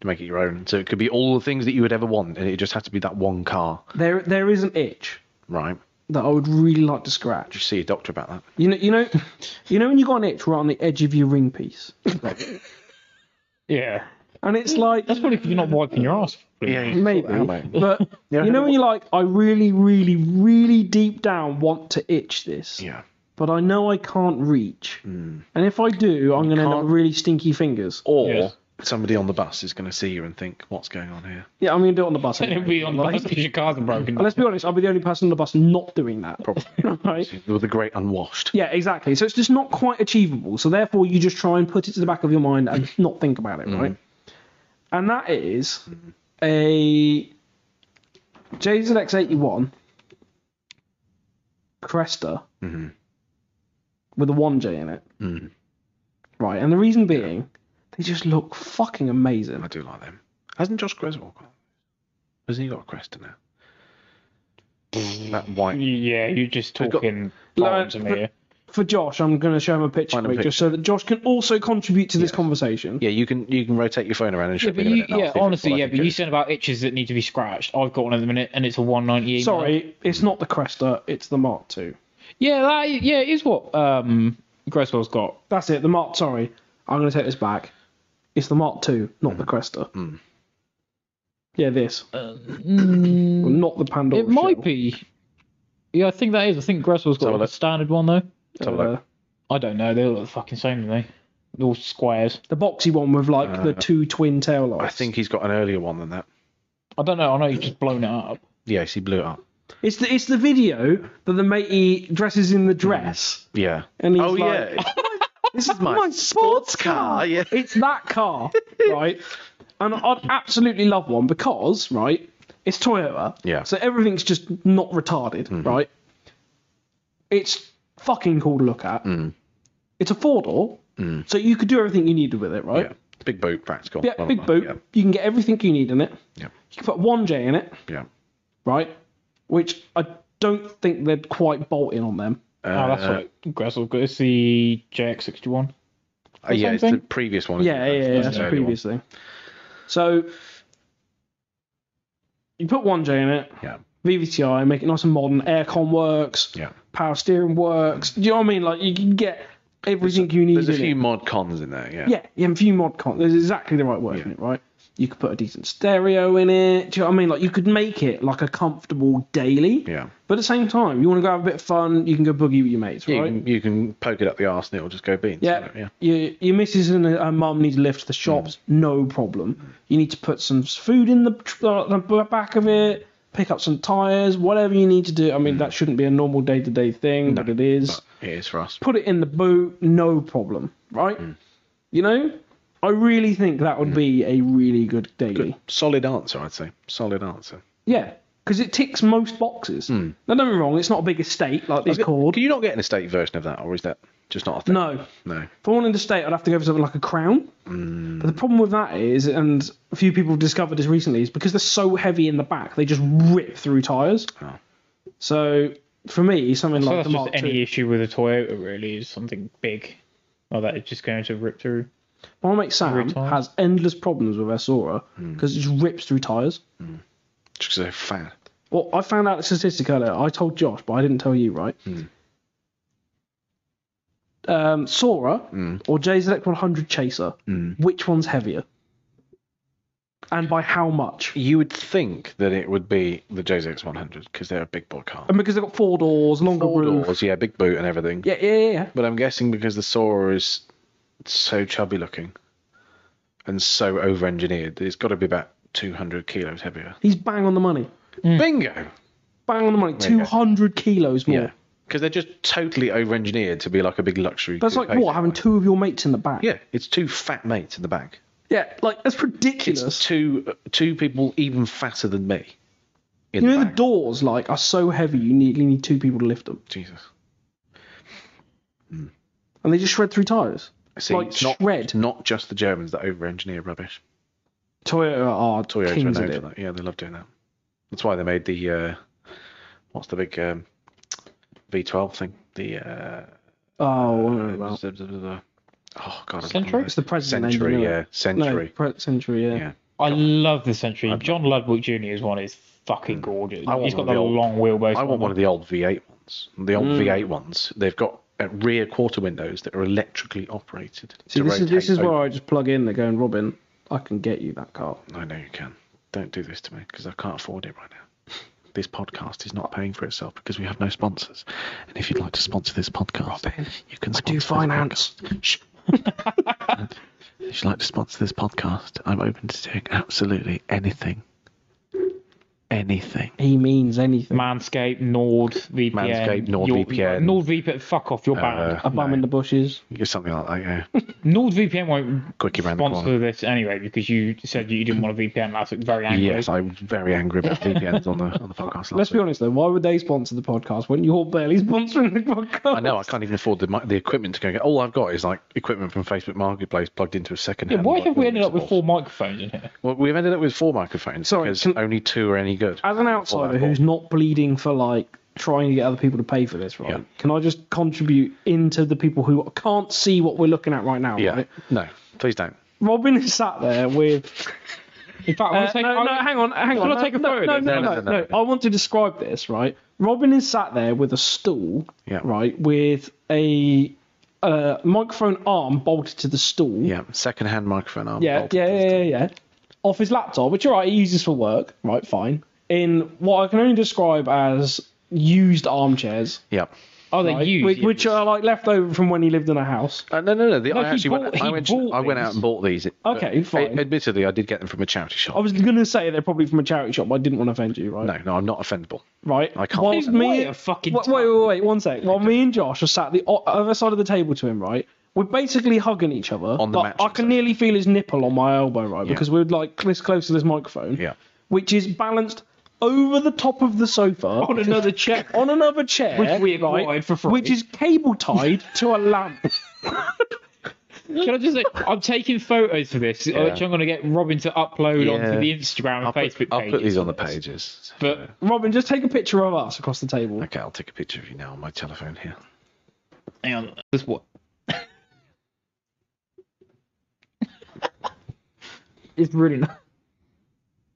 to make it your own. So it could be all the things that you would ever want, and it just had to be that one car,
There, there is an itch
right?
that I would really like to scratch.
You see a doctor about that.
You know, you know, you know when you got an itch right on the edge of your ring piece,
Yeah.
and it's like
That's probably because you're not wiping your ass. properly. [laughs]
[laughs] Maybe,
sort that out, mate.
but you know when you're like, I really, really, really deep down want to itch this,
Yeah,
but I know I can't reach, and if I do, I'm going to end up
can't-
with really stinky fingers.
or
Yes.
somebody on the bus is going to see you and think, "What's going on here?"
Yeah, I'm going to do it on the bus.
It'll
Anyway.
be on the bus because [laughs] your cars are broken.
Let's be honest, I'll be the only person on the bus not doing that. Probably. [laughs] right?
With the great unwashed.
Yeah, exactly. So it's just not quite achievable. So therefore, you just try and put it to the back of your mind and not think about it, right? And that is a JZX81 Cresta with a 1J in it. Right, and the reason being, they just look fucking amazing.
I do like them. Hasn't Josh Griswold got? Hasn't he got a Cresta now? that white.
Yeah, you're just
got-
talking
Like,
bollocks in
the-
here.
For Josh, I'm going to show him a picture,
Find a
quick, just so that Josh can also contribute to this conversation.
Yeah, you can you can rotate your phone around and show
Yeah,
me
but
in a
you,
minute and I'll
yeah,
see if it's
honestly,
what I
yeah,
think
but
it
you
is.
said about itches that need to be scratched. I've got one at the minute, and it's a 190. email.
Sorry, it's not the Cresta, it's the Mark II.
Yeah, that, yeah, it is what um, Greswell's got.
That's it. The Mark. Sorry, I'm going to take this back. It's the Mark II, not
Mm.
the Cresta. Yeah, this. Well, not the Pandora.
Uh, mm. It might
shell.
be. Yeah, I think that is. I think Greswell's
So
got like a
let's-
standard one though.
Let's have a look.
Uh,
I don't know. They look the fucking same to me. They're all squares.
the boxy one with like the
Uh,
two twin tail lights.
I think he's got an earlier one than that.
I don't know. I know you've just blown it up.
Yes, he blew it up.
It's the it's the video that the matey dresses in the dress,
Yeah.
and he's
Oh
like,
yeah.
"This is my,
My sports car, yeah.
It's
[laughs]
that car, right? And I'd absolutely love one because, right, it's Toyota.
Yeah. Mm-hmm.
So everything's just not retarded, right? It's fucking cool to look at.
Mm.
It's a four door, so you could do everything you needed with it, right?
yeah. Big boot, practical.
Yeah,
blah, blah,
big
blah.
boot.
Mm. Yeah.
You can get everything you need in it.
Yeah.
You can put one J in it,
yeah.
right? Which I don't think they'd quite bolt in on them.
oh, that's
Uh,
what Gressel got. It's the JX61.
uh, yeah, it's the
something?
previous one.
Yeah, yeah, yeah. That's
the
the
early one.
previous thing. So you put one J in it,
Yeah,
VVTI, make it nice and modern. Aircon works,
yeah.
power steering works. Do you know what I mean? Like you can get everything you need.
There's a
in it.
few mod cons in there. Yeah.
Yeah, yeah, and a few mod cons. There's exactly the right word in it, right? You could put a decent stereo in it. Do you know what I mean? Like you could make it like a comfortable daily.
Yeah.
But at the same time, you want to go have a bit of fun. You can go boogie with your mates,
You,
right?
can, you can poke it up the arse and it'll just go beans.
Yeah. Mm.
yeah.
Your, your missus and her mum need to lift to the shops, no problem. You need to put some food in the, tr- uh, the b- back of it, pick up some tyres, whatever you need to do. I mean, that shouldn't be a normal day to day thing, but it is.
It is for us.
Put it in the boot, no problem, right? You know, I really think that would be a really Mm. good daily.
Solid answer, I'd say. Solid answer.
Yeah. Because it ticks most boxes. Now, don't be wrong, it's not a big estate Mm. like
Is
this
it-
called.
Can you not get an estate version of that, or is that just not a thing?
No,
No. Mm,
If I wanted to state, I'd have to go for something like a crown. But the problem with that is, and a few people have discovered this recently, is because they're so heavy in the back, they just rip through tyres.
Oh.
So for me, something
So
like
that's
the
just
Mark
any
II.
issue with a Toyota, really, is something big. Or that it's just going to rip through.
My mate Sam
Through tyres.
has endless problems with her Sora
Hmm.
because it just rips through tyres.
Just 'cause they're fat.
Well, I found out a statistic earlier. I told Josh, but I didn't tell you, right?
Hmm.
Um, Sora
Hmm.
or JZX100 Chaser, which one's heavier? And by how much?
You would think that it would be the JZX100 because they're a big boy car.
And because they've got four doors, longer
Four
roof.
doors, yeah, big boot and everything.
Yeah, yeah, yeah, yeah.
But I'm guessing because the Sora is so chubby looking and so over engineered, it's got to be about 200 kilos heavier.
He's bang on the money.
Bingo!
Bang on the money.
you go.
200 kilos more.
Yeah. Because they're just totally over engineered to be like a big luxury.
That's
coupe
like, what, having
car.
two of your mates in the back?
Yeah, it's two fat mates in the back.
Yeah, like, that's ridiculous.
It's two uh, two people even fatter than me. In
you
the
know, the
back.
doors, like, are so heavy, you need, you need two people to lift them.
Jesus.
And they just shred through tyres.
See,
Like
it's not,
shred.
it's not just the Germans that over engineer rubbish.
Toyota are
Toyota's are
kings
known
at
for
it.
that. Yeah, they love doing that. That's why they made the uh, what's the big um, V12 thing? The uh,
Oh, well, well.
oh god, I
Century?
don't know.
It's the president
Century,
engineer.
yeah,
No,
century.
pre- century, yeah.
Yeah.
I love the Century. John Ludwig Jr.'s one is fucking gorgeous.
want
He's got
one of
the
the old-
long wheelbase.
I want one of the old V8 ones. The
Mm.
old V8 ones, they've got uh, rear quarter windows that are electrically operated.
See,
to
this is, this
rotate
is
open.
where I just plug in. They're going, Robin, I can get you that car.
I know you can. Don't do this to me because I can't afford it right now. This podcast is not paying for itself because we have no sponsors. And if you'd like to sponsor this podcast, you can sponsor
Do
this
finance.
podcast. Shh. if you'd like to sponsor this podcast, I'm open to doing absolutely anything. Anything.
He means anything.
Manscaped, Nord, VPN.
Manscaped, NordVPN.
Nord VPN, fuck off,
Uh,
you're banned.
A bum in the bushes.
It's something like that, [laughs] yeah.
Nord VPN won't
Quickie round the corner.
sponsor this anyway because you said you didn't want a VPN last week. Very angry.
yes, I was very angry about VPNs on the, on the podcast last
Let's be
week.
honest though, why would they sponsor the podcast when you're barely sponsoring the podcast?
I know, I can't even afford the, mi- the equipment to go and get. All I've got is like equipment from Facebook Marketplace plugged into a second
Yeah,
hand.
why
like,
have we ended up with
source.
four microphones in here?
Well, we've ended up with four microphones
Sorry,
because
can-
only two are any
Ah,
good.
As an outsider who's not bleeding for like trying to get other people to pay for this, right?
Yeah.
Can I just contribute into the people who can't see what we're looking at right now?
yeah,
Right?
no, please don't.
Robin is sat there with.
In fact, I
Uh,
want to take.
no, no, hang on, hang on.
I
no,
take a
no,
photo
No,
of
no,
this?
no, no, I want to describe this, right? Robin is sat there with a stool,
Yeah.
right, with a uh, microphone arm bolted to the stool.
Yeah, second hand microphone arm.
Yeah,
bolted
yeah,
to the
yeah, yeah, yeah. Off his laptop, which alright, he uses for work, right, fine. In what I can only describe as used armchairs.
Yeah.
Oh, they
right,
used.
which,
yeah.
which are like left over from when he lived in a house.
Uh, no, no, no. The,
No,
I
he
actually
bought-
went. I
he
went.
bought
I went out
these.
and bought these. but
Okay, fine. Oh.
admittedly, I did get them from a charity shop.
I was gonna say they're probably from a charity shop, but I didn't want to offend you, right?
No, no, I'm not offendable.
Right.
I can't
While
say
Wait a fucking
wait, wait, wait, wait, one sec. While me and Josh are sat the o- other side of the table to him, right? We're basically hugging each other.
On the
but
mattress,
I can
eh?
nearly feel his nipple on my elbow, right?
Yeah.
Because we're like this close to this microphone.
Yeah.
Which is balanced over the top of
[laughs]
the sofa on
another chair.
[laughs] on another chair,
Which we acquired
right,
for free.
which is cable tied to
[laughs]
a lamp.
Can I just say, [laughs] I'm taking photos for this, which I'm going to get Robin to upload
Yeah.
onto the Instagram and
I'll put,
Facebook
I'll put
pages
these on
for
the
this.
pages.
But
Robin, just take a picture of us across the table.
okay, I'll take a picture of you now on my telephone here.
hang on, this what? [laughs] it's really not.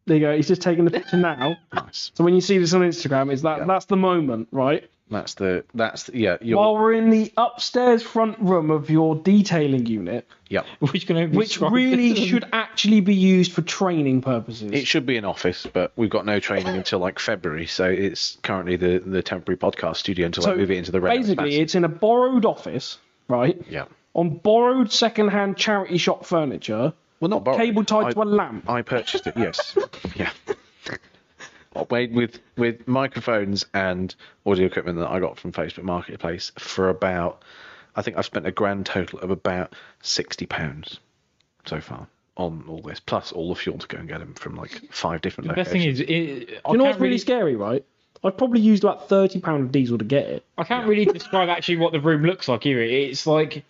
There you go. He's just taking the picture now.
Nice.
So when you see this on Instagram, is that
Yeah.
that's the moment, right?
That's the. That's the, yeah. Your,
While we're in the upstairs front room of your detailing unit,
yeah.
Which can only be
which
[laughs]
described [laughs]
really
as-
should actually be used for training purposes.
It should be an office, but we've got no training until like February, so it's currently the the temporary podcast studio until I move it into the regular
basically,
capacity.
it's in a borrowed office, right?
yeah.
On borrowed second-hand charity shop furniture,
Well, not borrowed.
cable tied
I-
to a lamp.
I purchased it. Yes. yeah. Made with with microphones and audio equipment that I got from Facebook Marketplace for about, I think I've spent a grand total of about sixty pounds so far on all this, plus all the fuel to go and get them from like five different
The best
locations.
thing is, it, I
you know
can't
what's really, scary, right? I've probably used about thirty pound of diesel to get it.
I can't really describe actually what the room looks like here. It's like,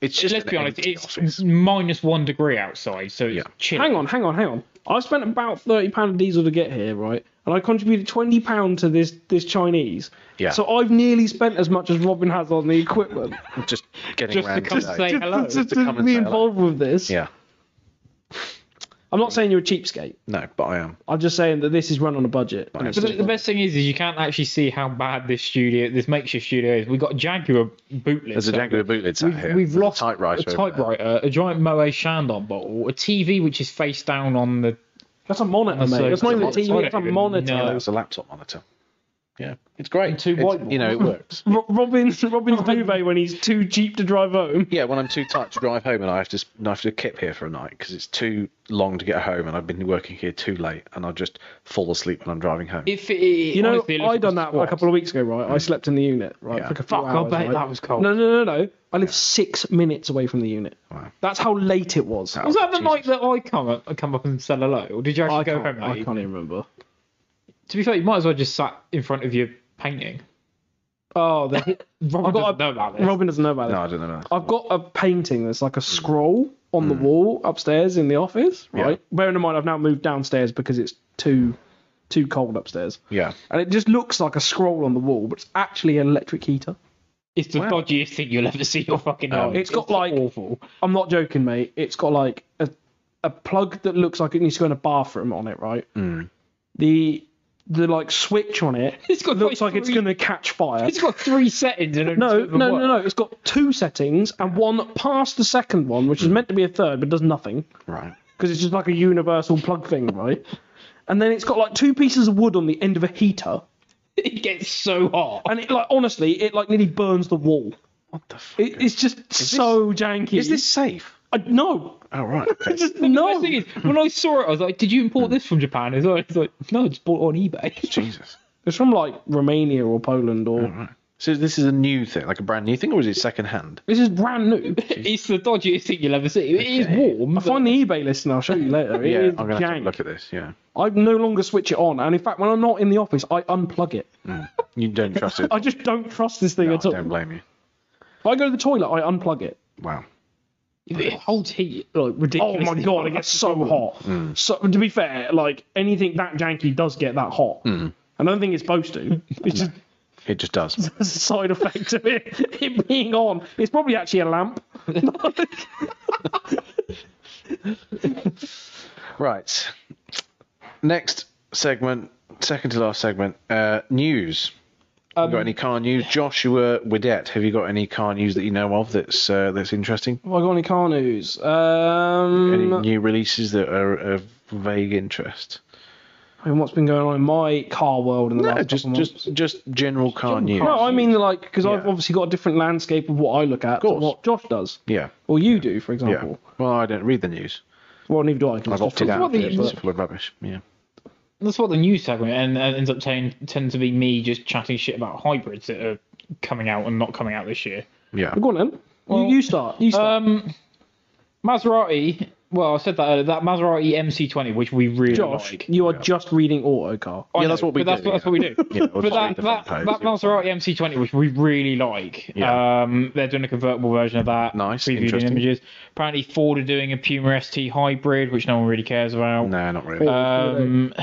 it's just
let's
an
be honest,
empty
it's
office.
minus one degree outside, so it's
Yeah.
chilly.
Hang on, hang on, hang on. I spent about thirty pound of diesel to get here, right? And I contributed twenty pound to this this Chinese.
Yeah.
So I've nearly spent as much as Robin has on the equipment.
just getting
Just to
around
come
today.
say hello.
Just
to
to
come and
be
say hello.
involved with this.
Yeah.
I'm not saying you're a cheapskate.
No, but I am.
I'm just saying that this is run on a budget.
Right.
But the, the best thing is, is you can't actually see how bad this studio, this makeshift studio is. We've got a Jaguar bootleg.
There's a Jaguar bootleg sat
We've,
here.
we've
There's a
lost
typewriter.
a
over there.
typewriter, a giant Moe Chandon bottle, a TV which is face down on the.
That's a monitor,
That's
mate.
a-
That's not even a
it's a
TV. That's a
monitor.
monitor.
No.
That's a laptop monitor. Yeah, it's great.
And two
It's-
whiteboards.
You know, it works.
Ro- Robin's Robin's duvet when he's too cheap to drive home.
Yeah, when I'm too tight to drive home and I have to, I have to kip here for a night because it's too long to get home and I've been working here too late and I just fall asleep when I'm driving home.
If it,
You know, I done that a couple of weeks ago, right? I slept in the unit, right?
Yeah.
For like a few
Fuck, I
hours,
bet
right?
that was cold.
No, no, no, no. I lived six minutes away from the unit.
Wow.
That's how late it was.
Wow.
Was that the
Jesus.
night that I come up, I come up and said hello, or did you actually
I
go
can't,
home?
I
late?
can't even remember.
To be fair, you might as well just sat in front of your painting.
Oh, [laughs] the,
Robin
I've got
doesn't
a-
know Hmm. about this.
Robin doesn't know about
no,
this.
I don't know.
I've got a painting that's like a scroll on
Hmm.
the wall upstairs in the office,
Yeah.
right? Bearing in mind I've now moved downstairs because it's too too cold upstairs.
Yeah,
And it just looks like a scroll on the wall, but it's actually an electric heater.
It's the dodgiest thing you'll ever see your fucking
Um,
life.
It's got like
awful.
I'm not joking, mate. It's got like a a plug that looks like it needs to go in a bathroom on it, right?
Hmm.
The the like switch on it
[laughs] It's got
looks like it's
three-
gonna catch fire.
It's got three settings and
No, no, no, no. It's got two settings and one past the second one,
Hmm.
which is meant to be a third, but does nothing.
right.
because it's just like a universal plug thing, right? And then it's got like two pieces of wood on the end of a heater,
[laughs] It gets so hot.
and it like honestly, it like nearly burns the wall.
What the fuck?
It, it's just so janky.
Is this safe?
I, no?
Oh,
[laughs]
right. okay.
The
no.
thing is, when I saw it, I was like, "Did you import this from Japan as well?" It's like, "No, it's bought on eBay."
Jesus.
It's from like Romania or Poland or.
So this is a new thing, like a brand new thing, or is it second hand?
This is brand new.
[laughs] it's the dodgiest thing you'll ever see. It is
Okay.
warm.
I
but-
find the eBay list and I'll show you later. It
Yeah,
is
I'm gonna have to
jank.
look at this. Yeah,
I no longer switch it on, and in fact, when I'm not in the office, I unplug it.
you don't trust it.
[laughs] I just don't trust this thing
No, I
at all.
don't blame you.
If I go to the toilet, I unplug it.
Wow.
it holds heat like
Oh
ridiculous.
my god, it gets so hot.
Mm.
So to be fair, like anything that janky does get that hot.
Mm.
I don't think it's supposed
[laughs]
to. It's just
It just does.
a side effect of it, [laughs] it being on. It's probably actually a lamp.
Right. Next segment, second to last segment, uh, news. you
Um,
got any car news? Joshua Widette, have you got any car news that you know of that's uh, that's interesting?
Have I got any car news? Um,
Mm,
Any new releases that are of vague interest?
I mean, what's been going on in my car world in the
No,
last
just
couple of months?
just just general car news.
No, I mean like because I've
Yeah.
obviously got a different landscape of what I look at to
course.
what Josh does,
Yeah,
or you do,
yeah.
for example.
Well, I don't read the news.
Well, neither do I. 'cause
I've
it's
opted
different.
out.
what
of
the-
it, but It's full of rubbish. Yeah.
That's what the news segment and, and ends up saying tend to be me just chatting shit about hybrids that are coming out and not coming out this year.
Yeah.
Go on then.
Well,
you, you start. You start.
Um, Maserati. Well, I said that earlier, that Maserati MC20, which we really
Josh,
like.
you are
yeah.
just reading Autocar.
I
Yeah, that's what we
but
do,
That's, that's
yeah.
what we do.
[laughs] Yeah, we'll
[laughs] but
just
that,
read the
that,
front page,
that
yeah.
Maserati MC20, which we really like,
Yeah.
um, they're doing a convertible version of that.
Nice,
previewed in
interesting.
images. Apparently, Ford are doing a Puma ST hybrid, which no one really cares about.
No, not Oh, really.
Um,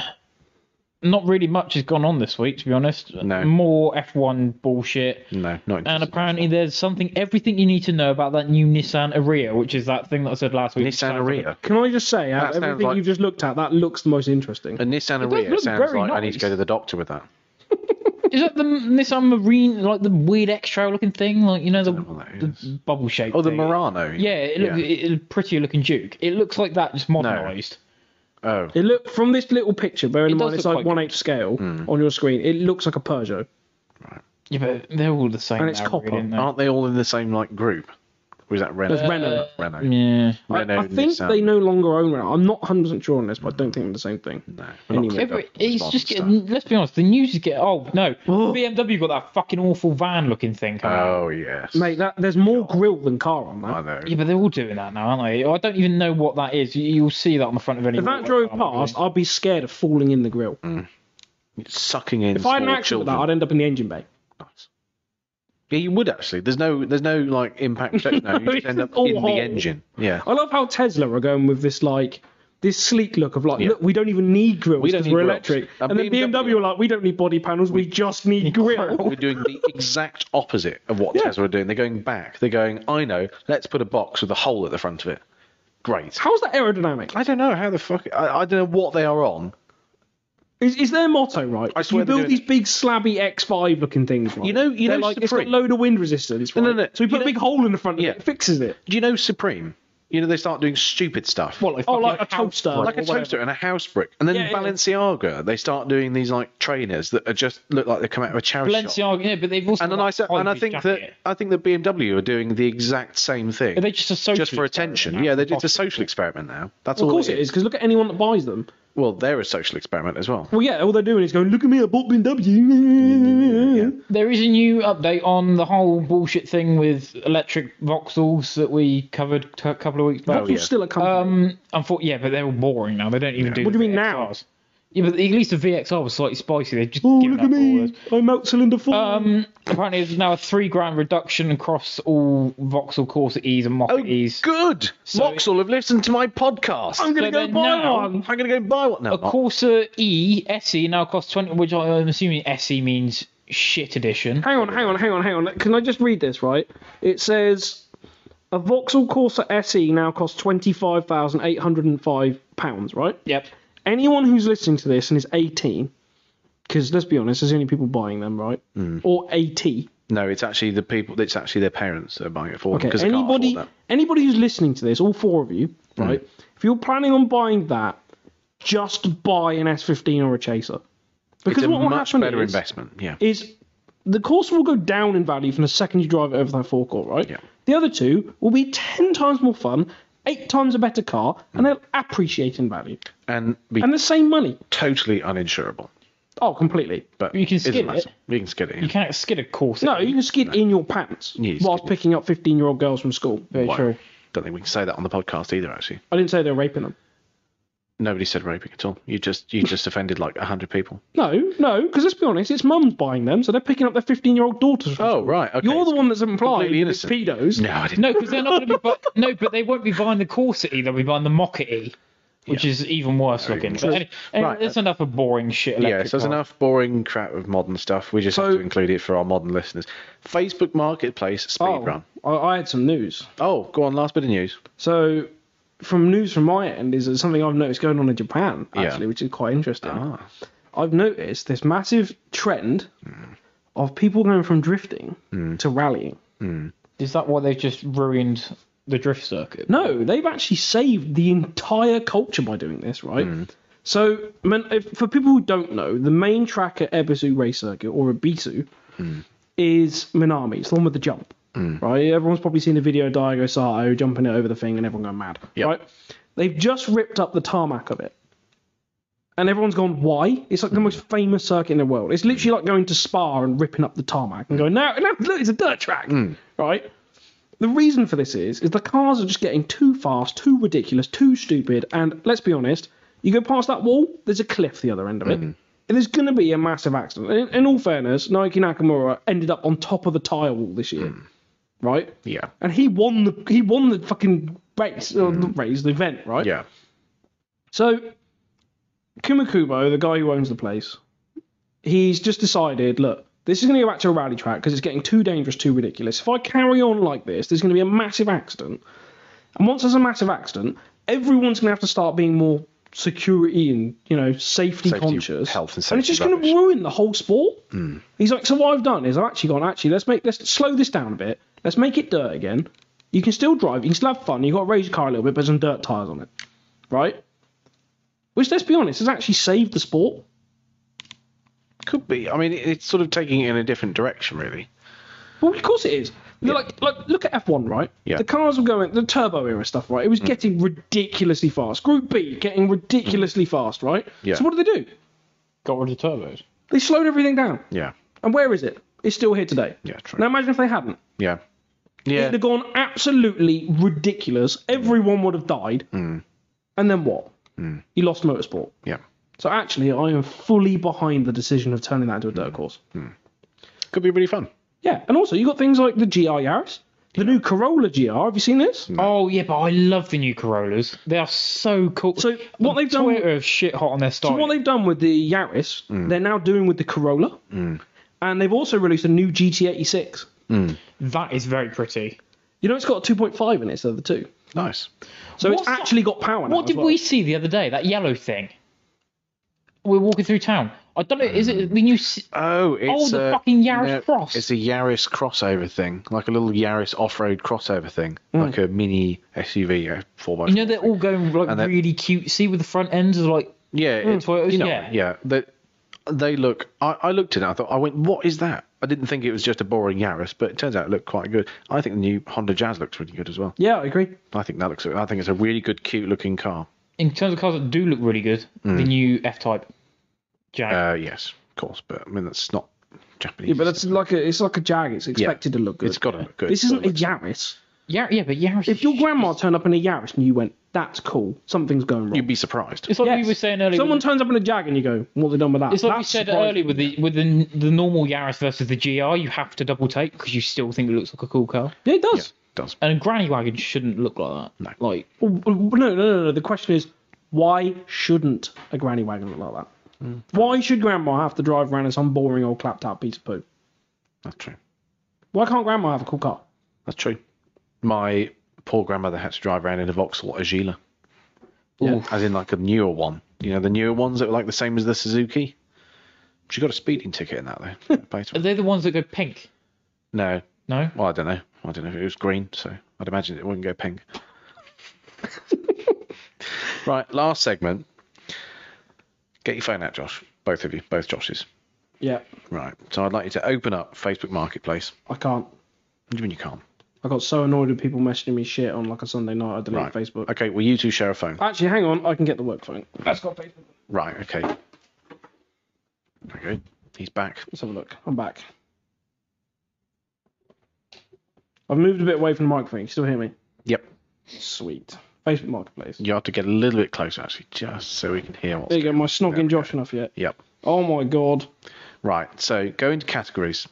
not really much has gone on this week, to be honest.
No.
More F1 bullshit.
no, not
And
interested.
apparently, there's something, everything you need to know about that new Nissan Ariya, which is that thing that I said last week.
Nissan
Sounds like a-
Ariya.
Can I just say, out
That
of
sounds
everything
like-
you've just looked at, that looks the most interesting.
A Nissan
does
Ariya
look
sounds
very
like I need to
nice.
go to the doctor with that.
Is that the Nissan Marine, like the weird extra looking thing? Like, you know, the,
don't know what that is.
the bubble shape.
Oh, the
thing?
Murano.
Yeah, it look,
yeah.
It, it, prettier looking Duke. It looks like that, just modernised.
Oh,
It look from this little picture, bearing in
It does
mind it's
look
like
quite
one eighth scale
Hmm.
on your screen, it looks like a Peugeot.
Yeah, but they're all the same.
And it's
now,
copper.
really, aren't they?
aren't they all in the same like group? Or is that Renault?
There's
Uh,
Renault.
Renault.
yeah.
I-
Renault.
Uh, I, think
Nissan.
they no longer own Renault. I'm not 100 percent sure on this, but I don't think they're the same thing.
No, we're not
Anyway.
cleared
Every,
up on
it's
this
just
Bond
getting.
stuff.
Let's be honest. The news is getting. Oh no!
[gasps] Oh.
BMW got that fucking awful van looking thing coming. out.
Oh yes.
Mate, that there's more grill than car on
I
that.
know.
Yeah, but they're all doing that now, aren't they? I don't even know what that is. You- You'll see that on the front of any.
If that drove past, I'd be scared of falling in the grill.
Sucking in.
If I had
Mm,
an
small
accident with
children.
that, I'd end up in the engine bay.
Yeah, you would actually. There's no, there's no like impact protection. no, you
it's
just end up
all
in
hole.
the engine. Yeah.
I love how Tesla are going with this like this sleek look of like,
Yeah.
look, we don't even need grills
We don't
because
need
we are
grills.
electric.
And
And, then
BMW
BMW are like, we don't need body panels, we,
[laughs]
just need grill.
We're doing the exact opposite of what
Yeah.
Tesla are doing. They're going back. They're going. I know. Let's put a box with a hole at the front of it. Great.
How's that aerodynamic?
I don't know how the fuck. I, I don't know what they are on.
Is, is their motto right?
I swear
you
they're
build
doing
these big slabby X5 looking things, right?
You know- you
They're
know
like it's got
Supreme?
a load of wind resistance. Right?
no, no.
So we
You
put
know-
a big hole in the front.
Yeah.
of it, it fixes it.
Do you know Supreme? You know they start doing stupid stuff.
What, like
Oh,
fucking
like a
house
toaster.
brick
like
or
a
whatever?
toaster and a house brick, and then
Yeah, yeah.
Balenciaga. They start doing these like trainers that are just look like they come out of a charity shop.
Balenciaga, yeah, but they've also.
And then
got
I said,
that
and I
hybrid
think that
jacket.
I think that BMW are doing the exact same thing.
Are they just a social
just for attention.
experiment?
Yeah, they did a social experiment now. That's
Of
all.
course it is, because look at anyone that buys them.
Well, they're a social experiment as well.
Well, yeah, all they're doing is going, look at me, I bought BMW.
Yeah.
There is a new update on the whole bullshit thing with electric voxels that we covered t- a couple of weeks back.
Oh,
Voxel's
yeah.
still a company.
Um, unfortunately, yeah, but they're all boring now. They don't even do.
What
the
do you mean now?
VXRs. Yeah, but at least the VXR was slightly spicy. They just
oh,
given
look at
up all those.
me, I'm out cylinder four.
Um, apparently, there's now a three grand reduction across all Vauxhall Corsica's and
Oh,
Moffett's.
good. Vauxhall have listened to my podcast.
I'm going
so
to go
they're
buy
now-
one.
I'm going to go buy one. No,
A
I'm not.
Corsa E SE now costs 20, which I'm assuming SE means shit edition.
Hang on, hang on, hang on, hang on. Can I just read this right? It says a Vauxhall Corsa SE now costs twenty five thousand eight hundred and five pounds, right?
Yep.
Anyone who's listening to this and is eighteen, because let's be honest, there's only people buying them, right? Or eighty.
no, it's actually the people. It's actually their parents that are buying it for them
Okay.
because they can't afford
Anybody,
that. Mm.
anybody who's listening to this, all four of you, right? If you're planning on buying that, just buy an S15 or a Chaser, because
It's a
what will
much
happen
better
is,
investment. Yeah.
is the Corsa will go down in value from the second you drive it over that forecourt, right?
Yeah.
The other two will be ten times more fun, eight times a better car,
Mm.
and they'll appreciate in value
and be
and the same money.
totally uninsurable.
Oh, completely.
But
You can
it doesn't
skid
matter.
it.
You can skid it.
You can't skid a Corsa. E.
No, you can skid in your pants
Yeah, you
whilst
skid.
picking up fifteen-year-old girls from school.
Very
Wow.
true.
Don't think we can say that on the podcast either. Actually,
I didn't say they were raping them.
nobody said raping at all. You just you just offended like hundred people.
No, no, because let's be honest, it's mums buying them, so they're picking up their fifteen-year-old daughters. From
Oh,
school.
right, okay.
You're the one that's implied
Completely
it's
innocent.
pedos.
No, I didn't.
No, because they're not going to be. Bu- no, but they won't be buying the Corsa E. They'll be buying the Mocha E, which is even worse looking.
even
But any, anyway,
Right.
that's enough of boring shit.
Yeah,
Electric
so there's
cars.
enough boring crap of modern stuff. We just have
So-
to include it for our modern listeners. Facebook Marketplace speedrun.
Oh, I, I had some news.
Oh. go on. Last bit of news.
So, from news from my end, is something I've noticed going on in Japan,
Yeah.
actually, which is quite interesting.
Ah,
I've noticed this massive trend
Hmm.
of people going from drifting to rallying.
Is that why they've just ruined the drift circuit?
No, they've actually saved the entire culture by doing this, right? So, man, if, for people who don't know, the main track at Ebisu Race Circuit or Ibisu is Minami. It's the one with the jump, right? Everyone's probably seen the video of Daigo Sato jumping it over the thing and everyone going mad,
Yep.
right? They've just ripped up the tarmac of it. And everyone's gone, why? It's like the most famous circuit in the world. It's literally like going to Spa and ripping up the tarmac and going, no, no, look, it's a dirt track, right? The reason for this is, is the cars are just getting too fast, too ridiculous, too stupid, and let's be honest, you go past that wall, there's a cliff the other end of it. And there's going to be a massive accident. In, in all fairness, Naoki Nakamura ended up on top of the tire wall this year, right?
Yeah.
And he won the he won the fucking race, or the race, the event, right?
Yeah.
So, Kumakubo, the guy who owns the place, he's just decided, look, this is going to go back to a rally track because it's getting too dangerous, too ridiculous. If I carry on like this, there's going to be a massive accident. And once there's a massive accident, everyone's going to have to start being more security and, you know, safety,
Safety,
conscious.
health and
And
safety
it's just going
rubbish. Hmm.
to ruin the whole sport. He's like, so what I've done is I've actually gone, actually, let's make let's slow this down a bit. Let's make it dirt again. You can still drive, you can still have fun. You've got to raise your car a little bit, but some dirt tyres on it. Right? Which, let's be honest, has actually saved the sport.
Could be. I mean, it- it's sort of taking it in a different direction, really.
Well, of course it is. Like, like, look at F1, right?
Yeah. Mm.
The cars were going, the turbo era stuff, right? It was getting ridiculously fast. Group B getting ridiculously fast, right?
Mm. Yeah.
So what did they do?
Got rid of the turbos.
They slowed everything down.
Yeah.
And where is it? It's still here today.
Yeah. True.
Now imagine if they hadn't.
Yeah. Yeah.
It'd have gone absolutely ridiculous. Everyone would have died.
Mm.
And then what? You lost motorsport.
Yeah.
So actually, I am fully behind the decision of turning that into a
Mm.
dirt course.
Could be really fun.
Yeah, and also you got things like the GR Yaris, the new Corolla GR. Have you seen this?
Oh yeah, but I love the new Corollas. They are so cool.
So what they've done-
Toyota have shit hot on their style.
So what they've done with the Yaris, they're now doing with the Corolla, and they've also released a new GT86.
that is very pretty.
You know, it's got a 2.5 in it instead of the two,
Nice.
so
What's
it's
that-
actually got power. now
What
as
did
well.
we see the other day? That yellow thing. We're walking through town. I don't know. Is it the new? s-
Oh, it's
the
a-
fucking Yaris Cross.
It's a Yaris crossover thing, like a little Yaris off-road crossover thing, like a mini SUV, a four by.
Hmm. You know they're all going like
And that-
really cute. See with the front ends of like
Yeah, it's
Toyotas,
you know,
Hmm. yeah.
yeah, They, they look. I, I looked at it. I thought, I went, what is that? I didn't think it was just a boring Yaris, but it turns out it looked quite good. I think the new Honda Jazz looks really good as well.
Yeah, I agree.
I think that looks. I think it's a really good, cute-looking car.
in terms of cars that do look really good. The new F Type. Jag.
Mm. Uh, yes, of course, but I mean that's not Japanese.
Yeah, but it's like a it's like a Jag. It's expected to look good.
it's got to look good.
This isn't a
It's gotta
Yaris.
yeah, yeah, but Yaris.
If your grandma turned up in a Yaris and you went, "That's cool, something's going wrong,"
look- You'd be surprised.
it's like
Yes.
we were saying earlier.
Someone
with,
turns up in a Jag and you go, "What have they done with that?"
it's like we
That's
said
surprising.
earlier with the with the the normal Yaris versus the GR. You have to double take because you still think it looks like a cool car.
Yeah, it does.
Yeah, it does.
And a granny wagon shouldn't look like that.
No.
Like
Well, No, no, no, no. The question is, why shouldn't a granny wagon look like that? Why should grandma have to drive around in some boring old clapped out piece of poo?
That's true.
Why can't grandma have a cool car?
That's true. My poor grandmother had to drive around in a Vauxhall Agila,
Oof.
as in like a newer one. You know, the newer ones that were like the same as the Suzuki. She got a speeding ticket in that though. Paid
Are
to-
they the ones that go pink?
no,
No.
well I don't know. I don't know if it was green, so I'd imagine it wouldn't go pink. right, last segment. Get your phone out, Josh. Both of you, both Joshes.
Yeah,
Right. So I'd like you to open up Facebook Marketplace.
I can't.
What do you mean you can't?
I got so annoyed with people messaging me shit on like a Sunday night. I
Right.
deleted Facebook.
Okay. Well, you two share a phone.
Actually, hang on. I can get the work phone. That's got Facebook.
Right. Okay. Okay. He's back.
Let's have a look. I'm back. I've moved a bit away from the microphone. You still hear me?
Yep.
Sweet. Facebook Marketplace.
You have to get a little bit closer, actually, just so we can hear what's.
There you go. My snogging Josh enough yet?
Yep.
Oh my god.
Right. So go into categories.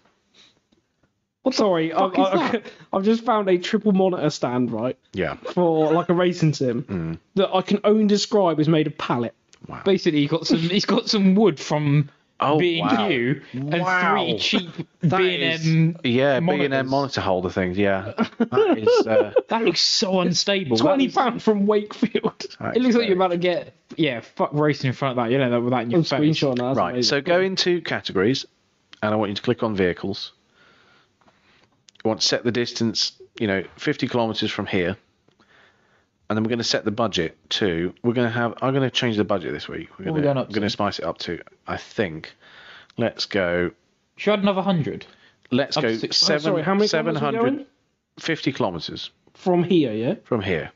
Oh, Sorry, I've,
fuck is
I've, [laughs] I've just found a triple monitor stand, right,
Yeah.
for like a racing sim
Hmm.
that I can only describe as made of pallet.
Basically, he got some. He's got some wood from
Oh,
B
wow.
and Q and
Wow.
three cheap
That
B
is-
and M.
Yeah. B and
monitors.
M monitor holder things. Yeah. That is. Uh,
That looks so unstable. That
Twenty
is-
pound from Wakefield.
[laughs] that
It
is
looks like
very-
you're about to get yeah, fuck racing in front of that. You know that with that in your
I'm
face.
screenshotting that. that's
Right.
amazing.
So go into categories, and I want you to click on vehicles. You want to set the distance, you know, 50 kilometers from here, and then we're going to set the budget to we're going to have I'm going to change the budget this week. We're
What
going,
are we
to,
going up
we're going
to?
to spice it up to I think. Let's go.
Should I add another hundred?
Let's
Up
go
to six- oh,
seven,
sorry, how many kilometres are we
750 kilometers
From here, yeah?
from here,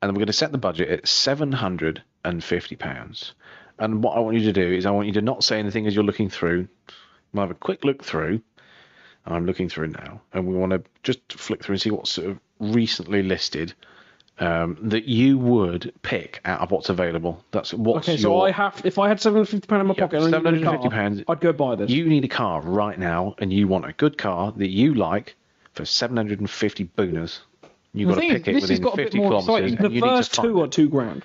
and then we're going to set the budget at seven hundred and fifty pounds. And what I want you to do is I want you to not say anything as you're looking through. We'll have a quick look through. I'm looking through now, and we want to just flick through and see what's sort of recently listed um, that you would pick out of what's available. That's what's
Okay, so
your.
I have. If I had seven hundred fifty pound in my
Yeah,
pocket, and I needed a car,
£750.
I'd go buy this.
You need a car right now, and you want a good car that you like for 750 booners. You've
The
got to
thing is,
pick it
this has
within
got a bit
50
more
kilometres. and
exciting.
the
you need to
first
find
two
it.
are two grand.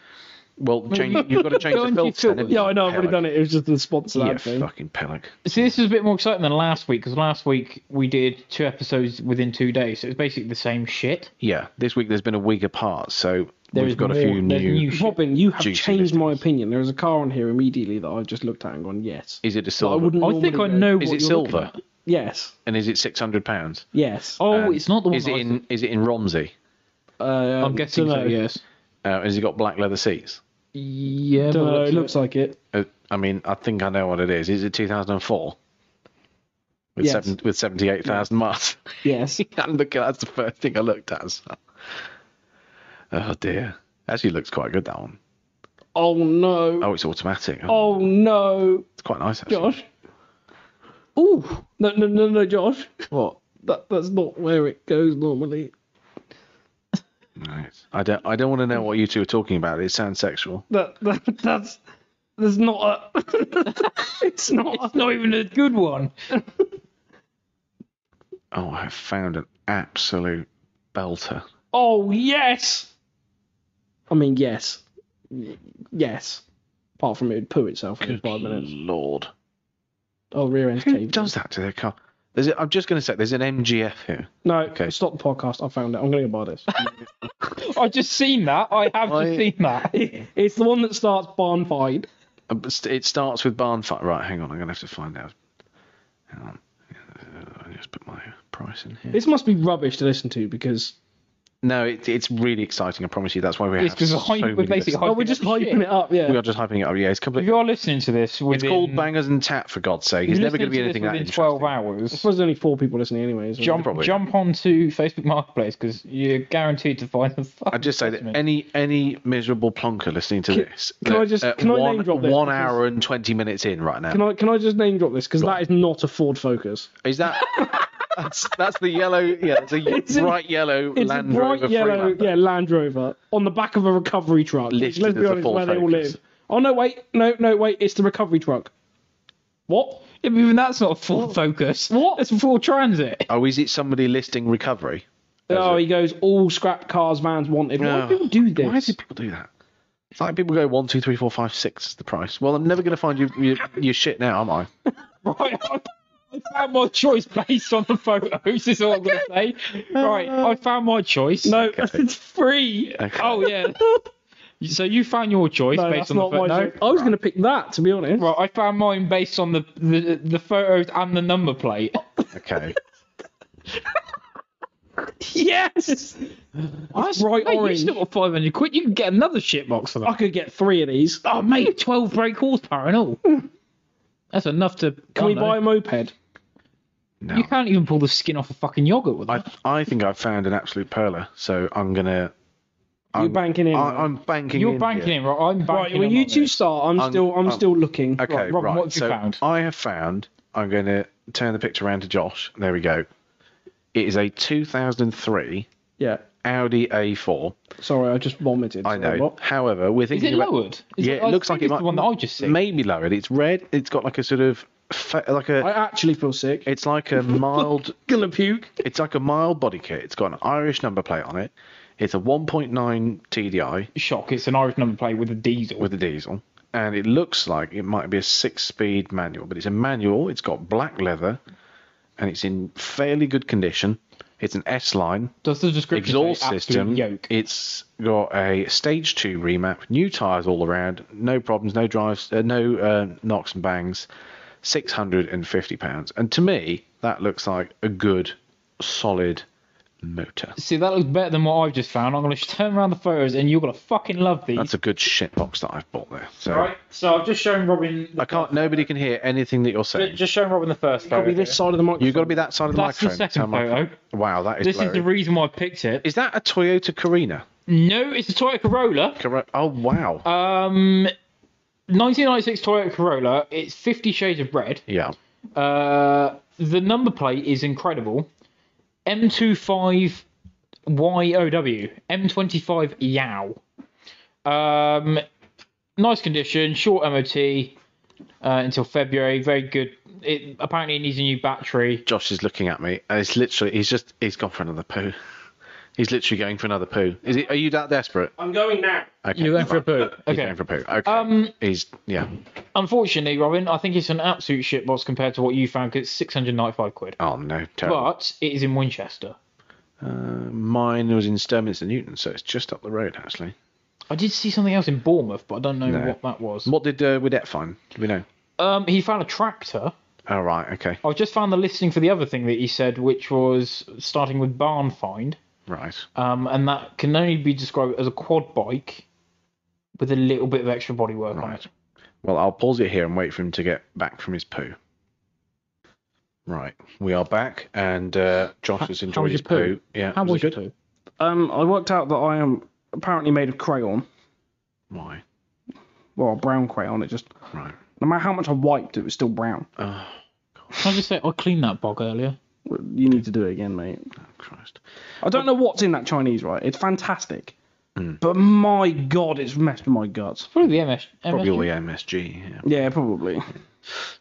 Well, change, you've got to change
[laughs] Go
the
on, you
filter.
two-
haven't you,
Yeah, I know. I've already
Pellick?
done it. It was just the sponsor
You
ad thing.
fucking pellick.
See, this is a bit more exciting than last week because last week we did two episodes within two days, so it's basically the same shit.
Yeah, this week there's been a week apart, so
There
we've
is
got a
more-
few
there's
new.
new shit.
Robin, you have
Juicy
changed my opinion. There is a car on here immediately that I just looked at and gone, yes.
Is it a
But I
silver?
wouldn't.
I think I
normally go-
know
Is
what
it
you're looking
silver?
at.
Yes.
And is it 600 pounds?
Yes.
Oh,
Um,
it's not the one.
Is
that
it
I think-
in? Is it in Romsey?
Um,
I'm guessing so.
dunno.
Yes.
Uh, has it got black leather seats?
Yeah.
Dunno,
but
it looks like it.
Uh, I mean, I think I know what it is. Is it 2004? With,
Yes.
seven, with 78,000 miles.
[laughs]
Yes.
I'm looking, that's the first thing I looked at. as well. Oh dear. Actually looks quite good, that one.
oh no.
Oh, it's automatic. Oh,
Oh no,
it's quite nice, actually.
Josh. Oh no no no no, Josh.
What?
That that's not where it goes normally.
Right. I don't, I don't want to know what you two are talking about. It sounds sexual.
That, that that's there's not a. [laughs] it's not.
It's
a,
not even a good one.
Oh, I have found an absolute belter.
oh yes. I mean yes, Y- yes. Apart from it would poo itself in five minutes.
Lord.
Oh, rear end
Who
caved in.
does that to their car? There's a, I'm just going to say, there's an MGF here.
No,
Okay.
stop the podcast. I found it. I'm going to go buy this.
I've just seen that. I have
I-
just seen
[laughs]
that.
it's the one that starts barn fight.
Uh, but st- It starts with barn fire. Right, hang on. I'm going to have to find out. Hang on. Uh, I just put my price in here.
This must be rubbish to listen to because
No, it, it's really exciting. I promise you. That's why we
It's
have
because
so
hype-
many
we're basically
listeners.
hyping
oh, we're just
up shit.
hyping it up. Yeah.
We are just hyping it up. Yeah, it's
If
completely.
you're listening to this,
It's
within,
called bangers and tap for God's sake.
If
It's
you're
never going to be
listening
anything
this
that
within
interesting.
twelve hours.
suppose there's only four people listening, anyways.
Jump,
Probably.
jump onto Facebook Marketplace because you're guaranteed to find the.
I just say that any any miserable plonker listening to this,
can I
that-
just-
at
can I
one,
name drop this?
one
Because-
hour and twenty minutes in right now?
Can I can I just name drop this because that is not a Ford Focus.
Is
[laughs]
that that's, that's the yellow? Yeah, it's a
a-
bright yellow
It's
Land
a bright
Rover
yellow
Freelander.
yeah Land Rover on the back of a recovery truck. which,
Listed
let's
as
be
a
honest,
Ford
where they all
Focus.
live. Oh no, wait, no, no, wait, it's the recovery truck. What?
Yeah, but even that's not a full focus.
What? Uh,
It's a full transit.
Oh, is it somebody listing recovery?
oh,
it?
he goes all scrap cars, vans wanted. Why
Oh,
do people do this?
Why do people do that? It's like people go one, two, three, four, five, six is the price. Well, I'm never going to find you, you your shit now, am I?
Right. I- I found my choice based on the photos. Is all I'm gonna say. Right. I found my choice.
no, [laughs] it's free.
Okay.
[laughs]
Oh yeah. So you found your choice
No,
based
that's
on the
not my.
photo. No.
choice. I was going to pick that to be honest.
Right, I found mine based on the, the the photos and the number plate.
Okay.
[laughs]
[laughs]
Yes.
That's
bright
mate,
orange.
You still got 500 quid. You can get another shitbox for
I
that.
could get three of these.
Oh, mate, Mm. 12 brake horsepower and all. That's enough to.
Can we buy a moped?
No.
You can't even pull the skin off a fucking yogurt with
I
that.
I think I've found an absolute perler, so I'm gonna.
You're
I'm,
banking in.
Um, I, I'm banking.
You're
in
banking
here.
in, right? I'm banking
right, well,
in
you
on
two
this.
start. I'm,
I'm-
still. I'm
I'm-
still looking.
Um, Okay,
Right,
right.
Robin, what have you
so
found?
I have found. I'm gonna turn the picture around to Josh. There we go. It is a 2003
yeah.
Audi A4.
Sorry, I just vomited.
I
Sorry,
know.
what?
However, we're
Is
thinking
it
about.
lowered? Is
Yeah, it
I
looks
think
like it
it's
might-
the one that I just see.
Maybe lowered. It's red. It's got like a sort of fa- like a.
I actually feel sick.
it's like
[laughs]
a mild.
Gonna puke.
It's like a mild body kit. It's got an Irish number plate on it. It's a 1.9 TDI.
Shock, it's an Irish number plate with a diesel.
with a diesel, and it looks like it might be a six-speed manual, but it's a manual. It's got black leather, and it's in fairly good condition. It's an S line
Does the description
exhaust
say absolute
system.
Yoke?
It's got a stage two remap, new tires all around, no problems, no drives, uh, no uh, knocks and bangs. Six hundred and fifty pounds, and to me that looks like a good, solid motor.
See, that looks better than what I've just found. I'm going to [laughs] turn around the photos and you're going to fucking love these.
That's a good shit box that I've bought there. So
Right, so I've just shown Robin. The
I can't. Nobody can hear anything that you're saying.
Just shown Robin the first photo.
Probably this side of the microphone.
You've got to be that side of the
That's the
microphone.
second
Tell my-
photo.
Wow, that is.
This is
blurry.
the reason why I picked it.
Is that a Toyota Carina?
No, it's a Toyota Corolla.
Cor- oh wow.
Um, 1996 Toyota Corolla. It's 50 shades of red.
yeah.
Uh, the number plate is incredible. M25 YOW. M25 Yow. Um, nice condition, short MOT uh, until February. Very good. It apparently it needs a new battery.
Josh is looking at me, and it's literally. He's just. He's gone for another poo. [laughs] He's literally going for another poo. Is it? Are you that desperate?
I'm going now.
Okay.
You're going for a
fine.
poo.
He's
Okay.
going for a poo. Okay.
Um,
he's yeah.
Unfortunately, Robin, I think it's an absolute shitbox compared to what you found because it's 695 quid.
Oh no, terrible.
But it is in Winchester.
Uh, mine was in Sturminster Newton, so it's just up the road actually.
I did see something else in Bournemouth, but I don't know
No.
what that was.
What did uh, Widette find? Do we know?
Um, he found a tractor.
Oh right, okay,
I've just found the listing for the other thing that he said, which was starting with barn find,
right.
um, and that can only be described as a quad bike with a little bit of extra bodywork on
Right.
it.
Well, I'll pause it here and wait for him to get back from his poo. Right, we are back, and uh, Josh has enjoyed
was
his
your poo?
poo. Yeah,
How was
it
it?
good?
too?
Um, I worked out that I am apparently made of crayon.
Why?
Well, brown crayon. It just
Right.
no matter how much I wiped, it was still brown.
Oh
Can I just say I cleaned that bog earlier?
You need to do it again, mate.
Christ!
I don't know what's in that Chinese, right? It's fantastic,
Hmm.
but my god, it's messed with my guts.
Probably the MS.
Probably all the
MSG.
MSG. Yeah.
Yeah, probably.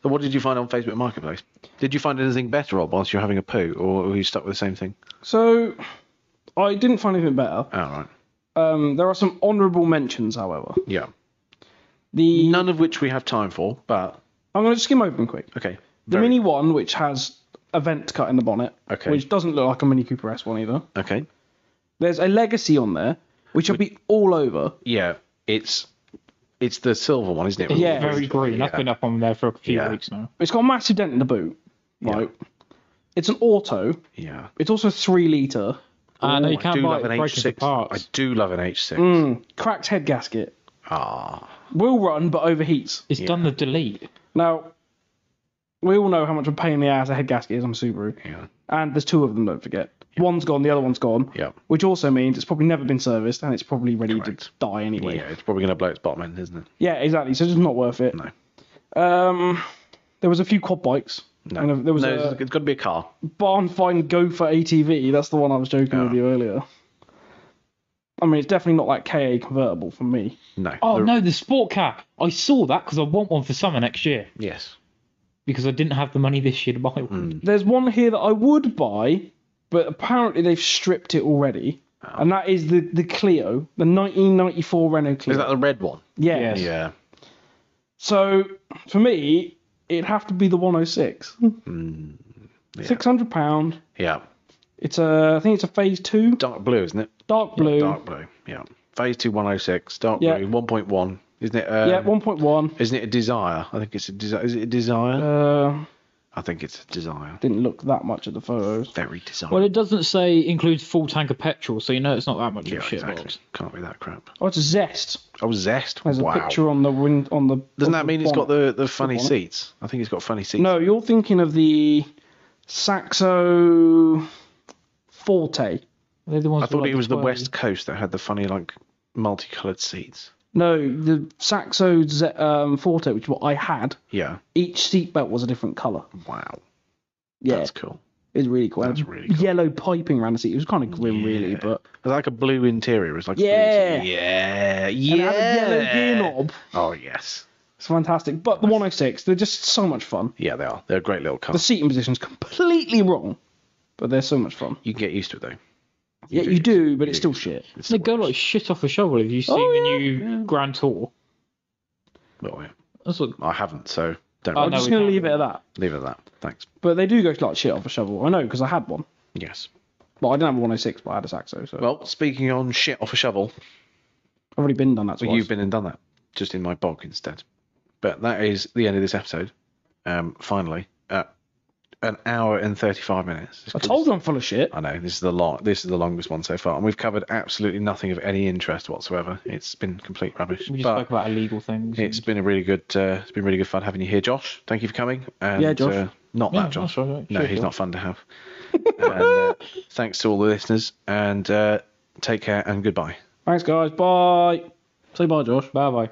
So, what did you find on Facebook Marketplace? Did you find anything better, Rob, whilst you're having a poo, or were you stuck with the same thing?
So, I didn't find anything better.
Oh right.
Um, there are some honourable mentions, however.
Yeah.
The
None of which we have time for, but
I'm going to skim open quick.
okay.
The
Very-
Mini One, which has a vent cut in the bonnet,
Okay.
which doesn't look like a Mini Cooper S1 either.
Okay.
There's a Legacy on there, which will be all over.
Yeah, it's it's the silver one, isn't it?
It's
Yeah.
very green. That's
Yeah.
been up on there for a few
Yeah.
weeks now.
It's got a massive dent in the boot. Right. It's an auto.
Yeah.
It's also a three litre.
And you
I
can't
do
buy
love
it.
an
It Mm. breaks into
H6. I
parts.
do love an H6.
Cracked head gasket.
Ah,
Will run, but overheats.
It's done the delete.
Now, we all know how much of a pain in the ass a head gasket is on a Subaru.
yeah.
And there's two of them, don't forget. One's gone, the other one's gone.
Yep.
Which also means it's probably never been serviced and it's probably ready
Correct.
to die anyway.
Yeah, it's probably going to blow its bottom end, isn't it?
Yeah, exactly. So it's just not worth it.
No.
Um, there was a few quad bikes.
No.
And there was
no,
a
it's got to be a car.
barn find gopher ATV. That's the one I was joking with
Yeah.
you earlier. I mean, it's definitely not like KA convertible for me.
No.
Oh
There-
no, the sport car. I saw that because I want one for summer next year
Yes.
because I didn't have the money this year to buy one. Hmm.
There's one here that I would buy, but apparently they've stripped it already.
Oh.
And that is the, the Clio, the 1994 Renault Clio.
Is that the red one?
yeah.
Yes.
Yeah.
So for me, it'd have to be the 106.
Mm.
Six hundred pound.
Yeah.
It's a, I think it's a phase two,
Dark blue, isn't it?
dark blue.
Dark blue. Yeah. Phase two, one hundred six. Dark
Yeah.
blue, one point one. Isn't it? Um,
Yeah, one point one.
Isn't it a desire? I think it's a desire. Is it a desire?
Uh,
I think it's a desire.
didn't look that much at the photos.
Very desire.
Well, it doesn't say includes full tank of petrol, so you know it's not that much
yeah,
of a shitbox.
exactly. Can't be that crap.
Oh, it's a Zest.
Oh, zest.
There's a
wow.
picture on the wind on the.
Doesn't
on
that mean it's got
bonnet.
the, the funny
bonnet.
seats? I think it's got funny seats.
No, you're thinking of the Saxo Forte.
They're the ones
I
with,
thought
like,
it was the
twirly-
West Coast that had the funny like multicolored seats.
No, the Saxo Z- um, Forte, which is what I had.
Yeah.
Each seatbelt was a different color.
Wow.
Yeah,
That's cool.
it's really cool.
That's
And
really cool.
Yellow piping around the seat. It was kind of grim, really, but
It's like a blue interior. It's like a blue
Yeah.
seat. yeah, yeah.
and it had a yellow gear knob.
Oh yes.
It's fantastic. But the 106, they're just so much fun.
Yeah, they are. They're a great little car.
The seating position's completely wrong, but they're so much fun.
You can get used to it though.
Yeah, you do, but it's still shit.
It's
They
the
go
worst.
like shit off a shovel. Have you seen
Oh,
the new Grand Tour?
Well, yeah.
That's what.
I haven't, so don't
Oh,
I'm
worry.
no,
just
we
going to
can't.
leave it at that.
leave it at that. Thanks.
But they do go like shit off a shovel. I know, because I had one.
Yes.
But I didn't have a 106, but I had a Saxo, so
Well, speaking on shit off a shovel,
I've already been done that twice.
you've been and done that just in my bog instead. But that is the end of this episode. Um, finally, uh, an hour and 35 minutes. It's
I
good.
told you I'm full of shit.
I know this is the long, this is the longest one so far, and we've covered absolutely nothing of any interest whatsoever. It's been complete rubbish.
We just
but
spoke about illegal things.
it's been a really good, uh, it's been really good fun having you here, Josh. Thank you for coming. And,
Yeah, Josh.
Uh, not
Yeah,
that Josh.
that's all right.
No,
Sure,
he's
Josh.
not fun to
[laughs]
have. and, uh, thanks to all the listeners, and uh, take care and goodbye.
Thanks, guys. Bye. Say bye, Josh.
Bye bye.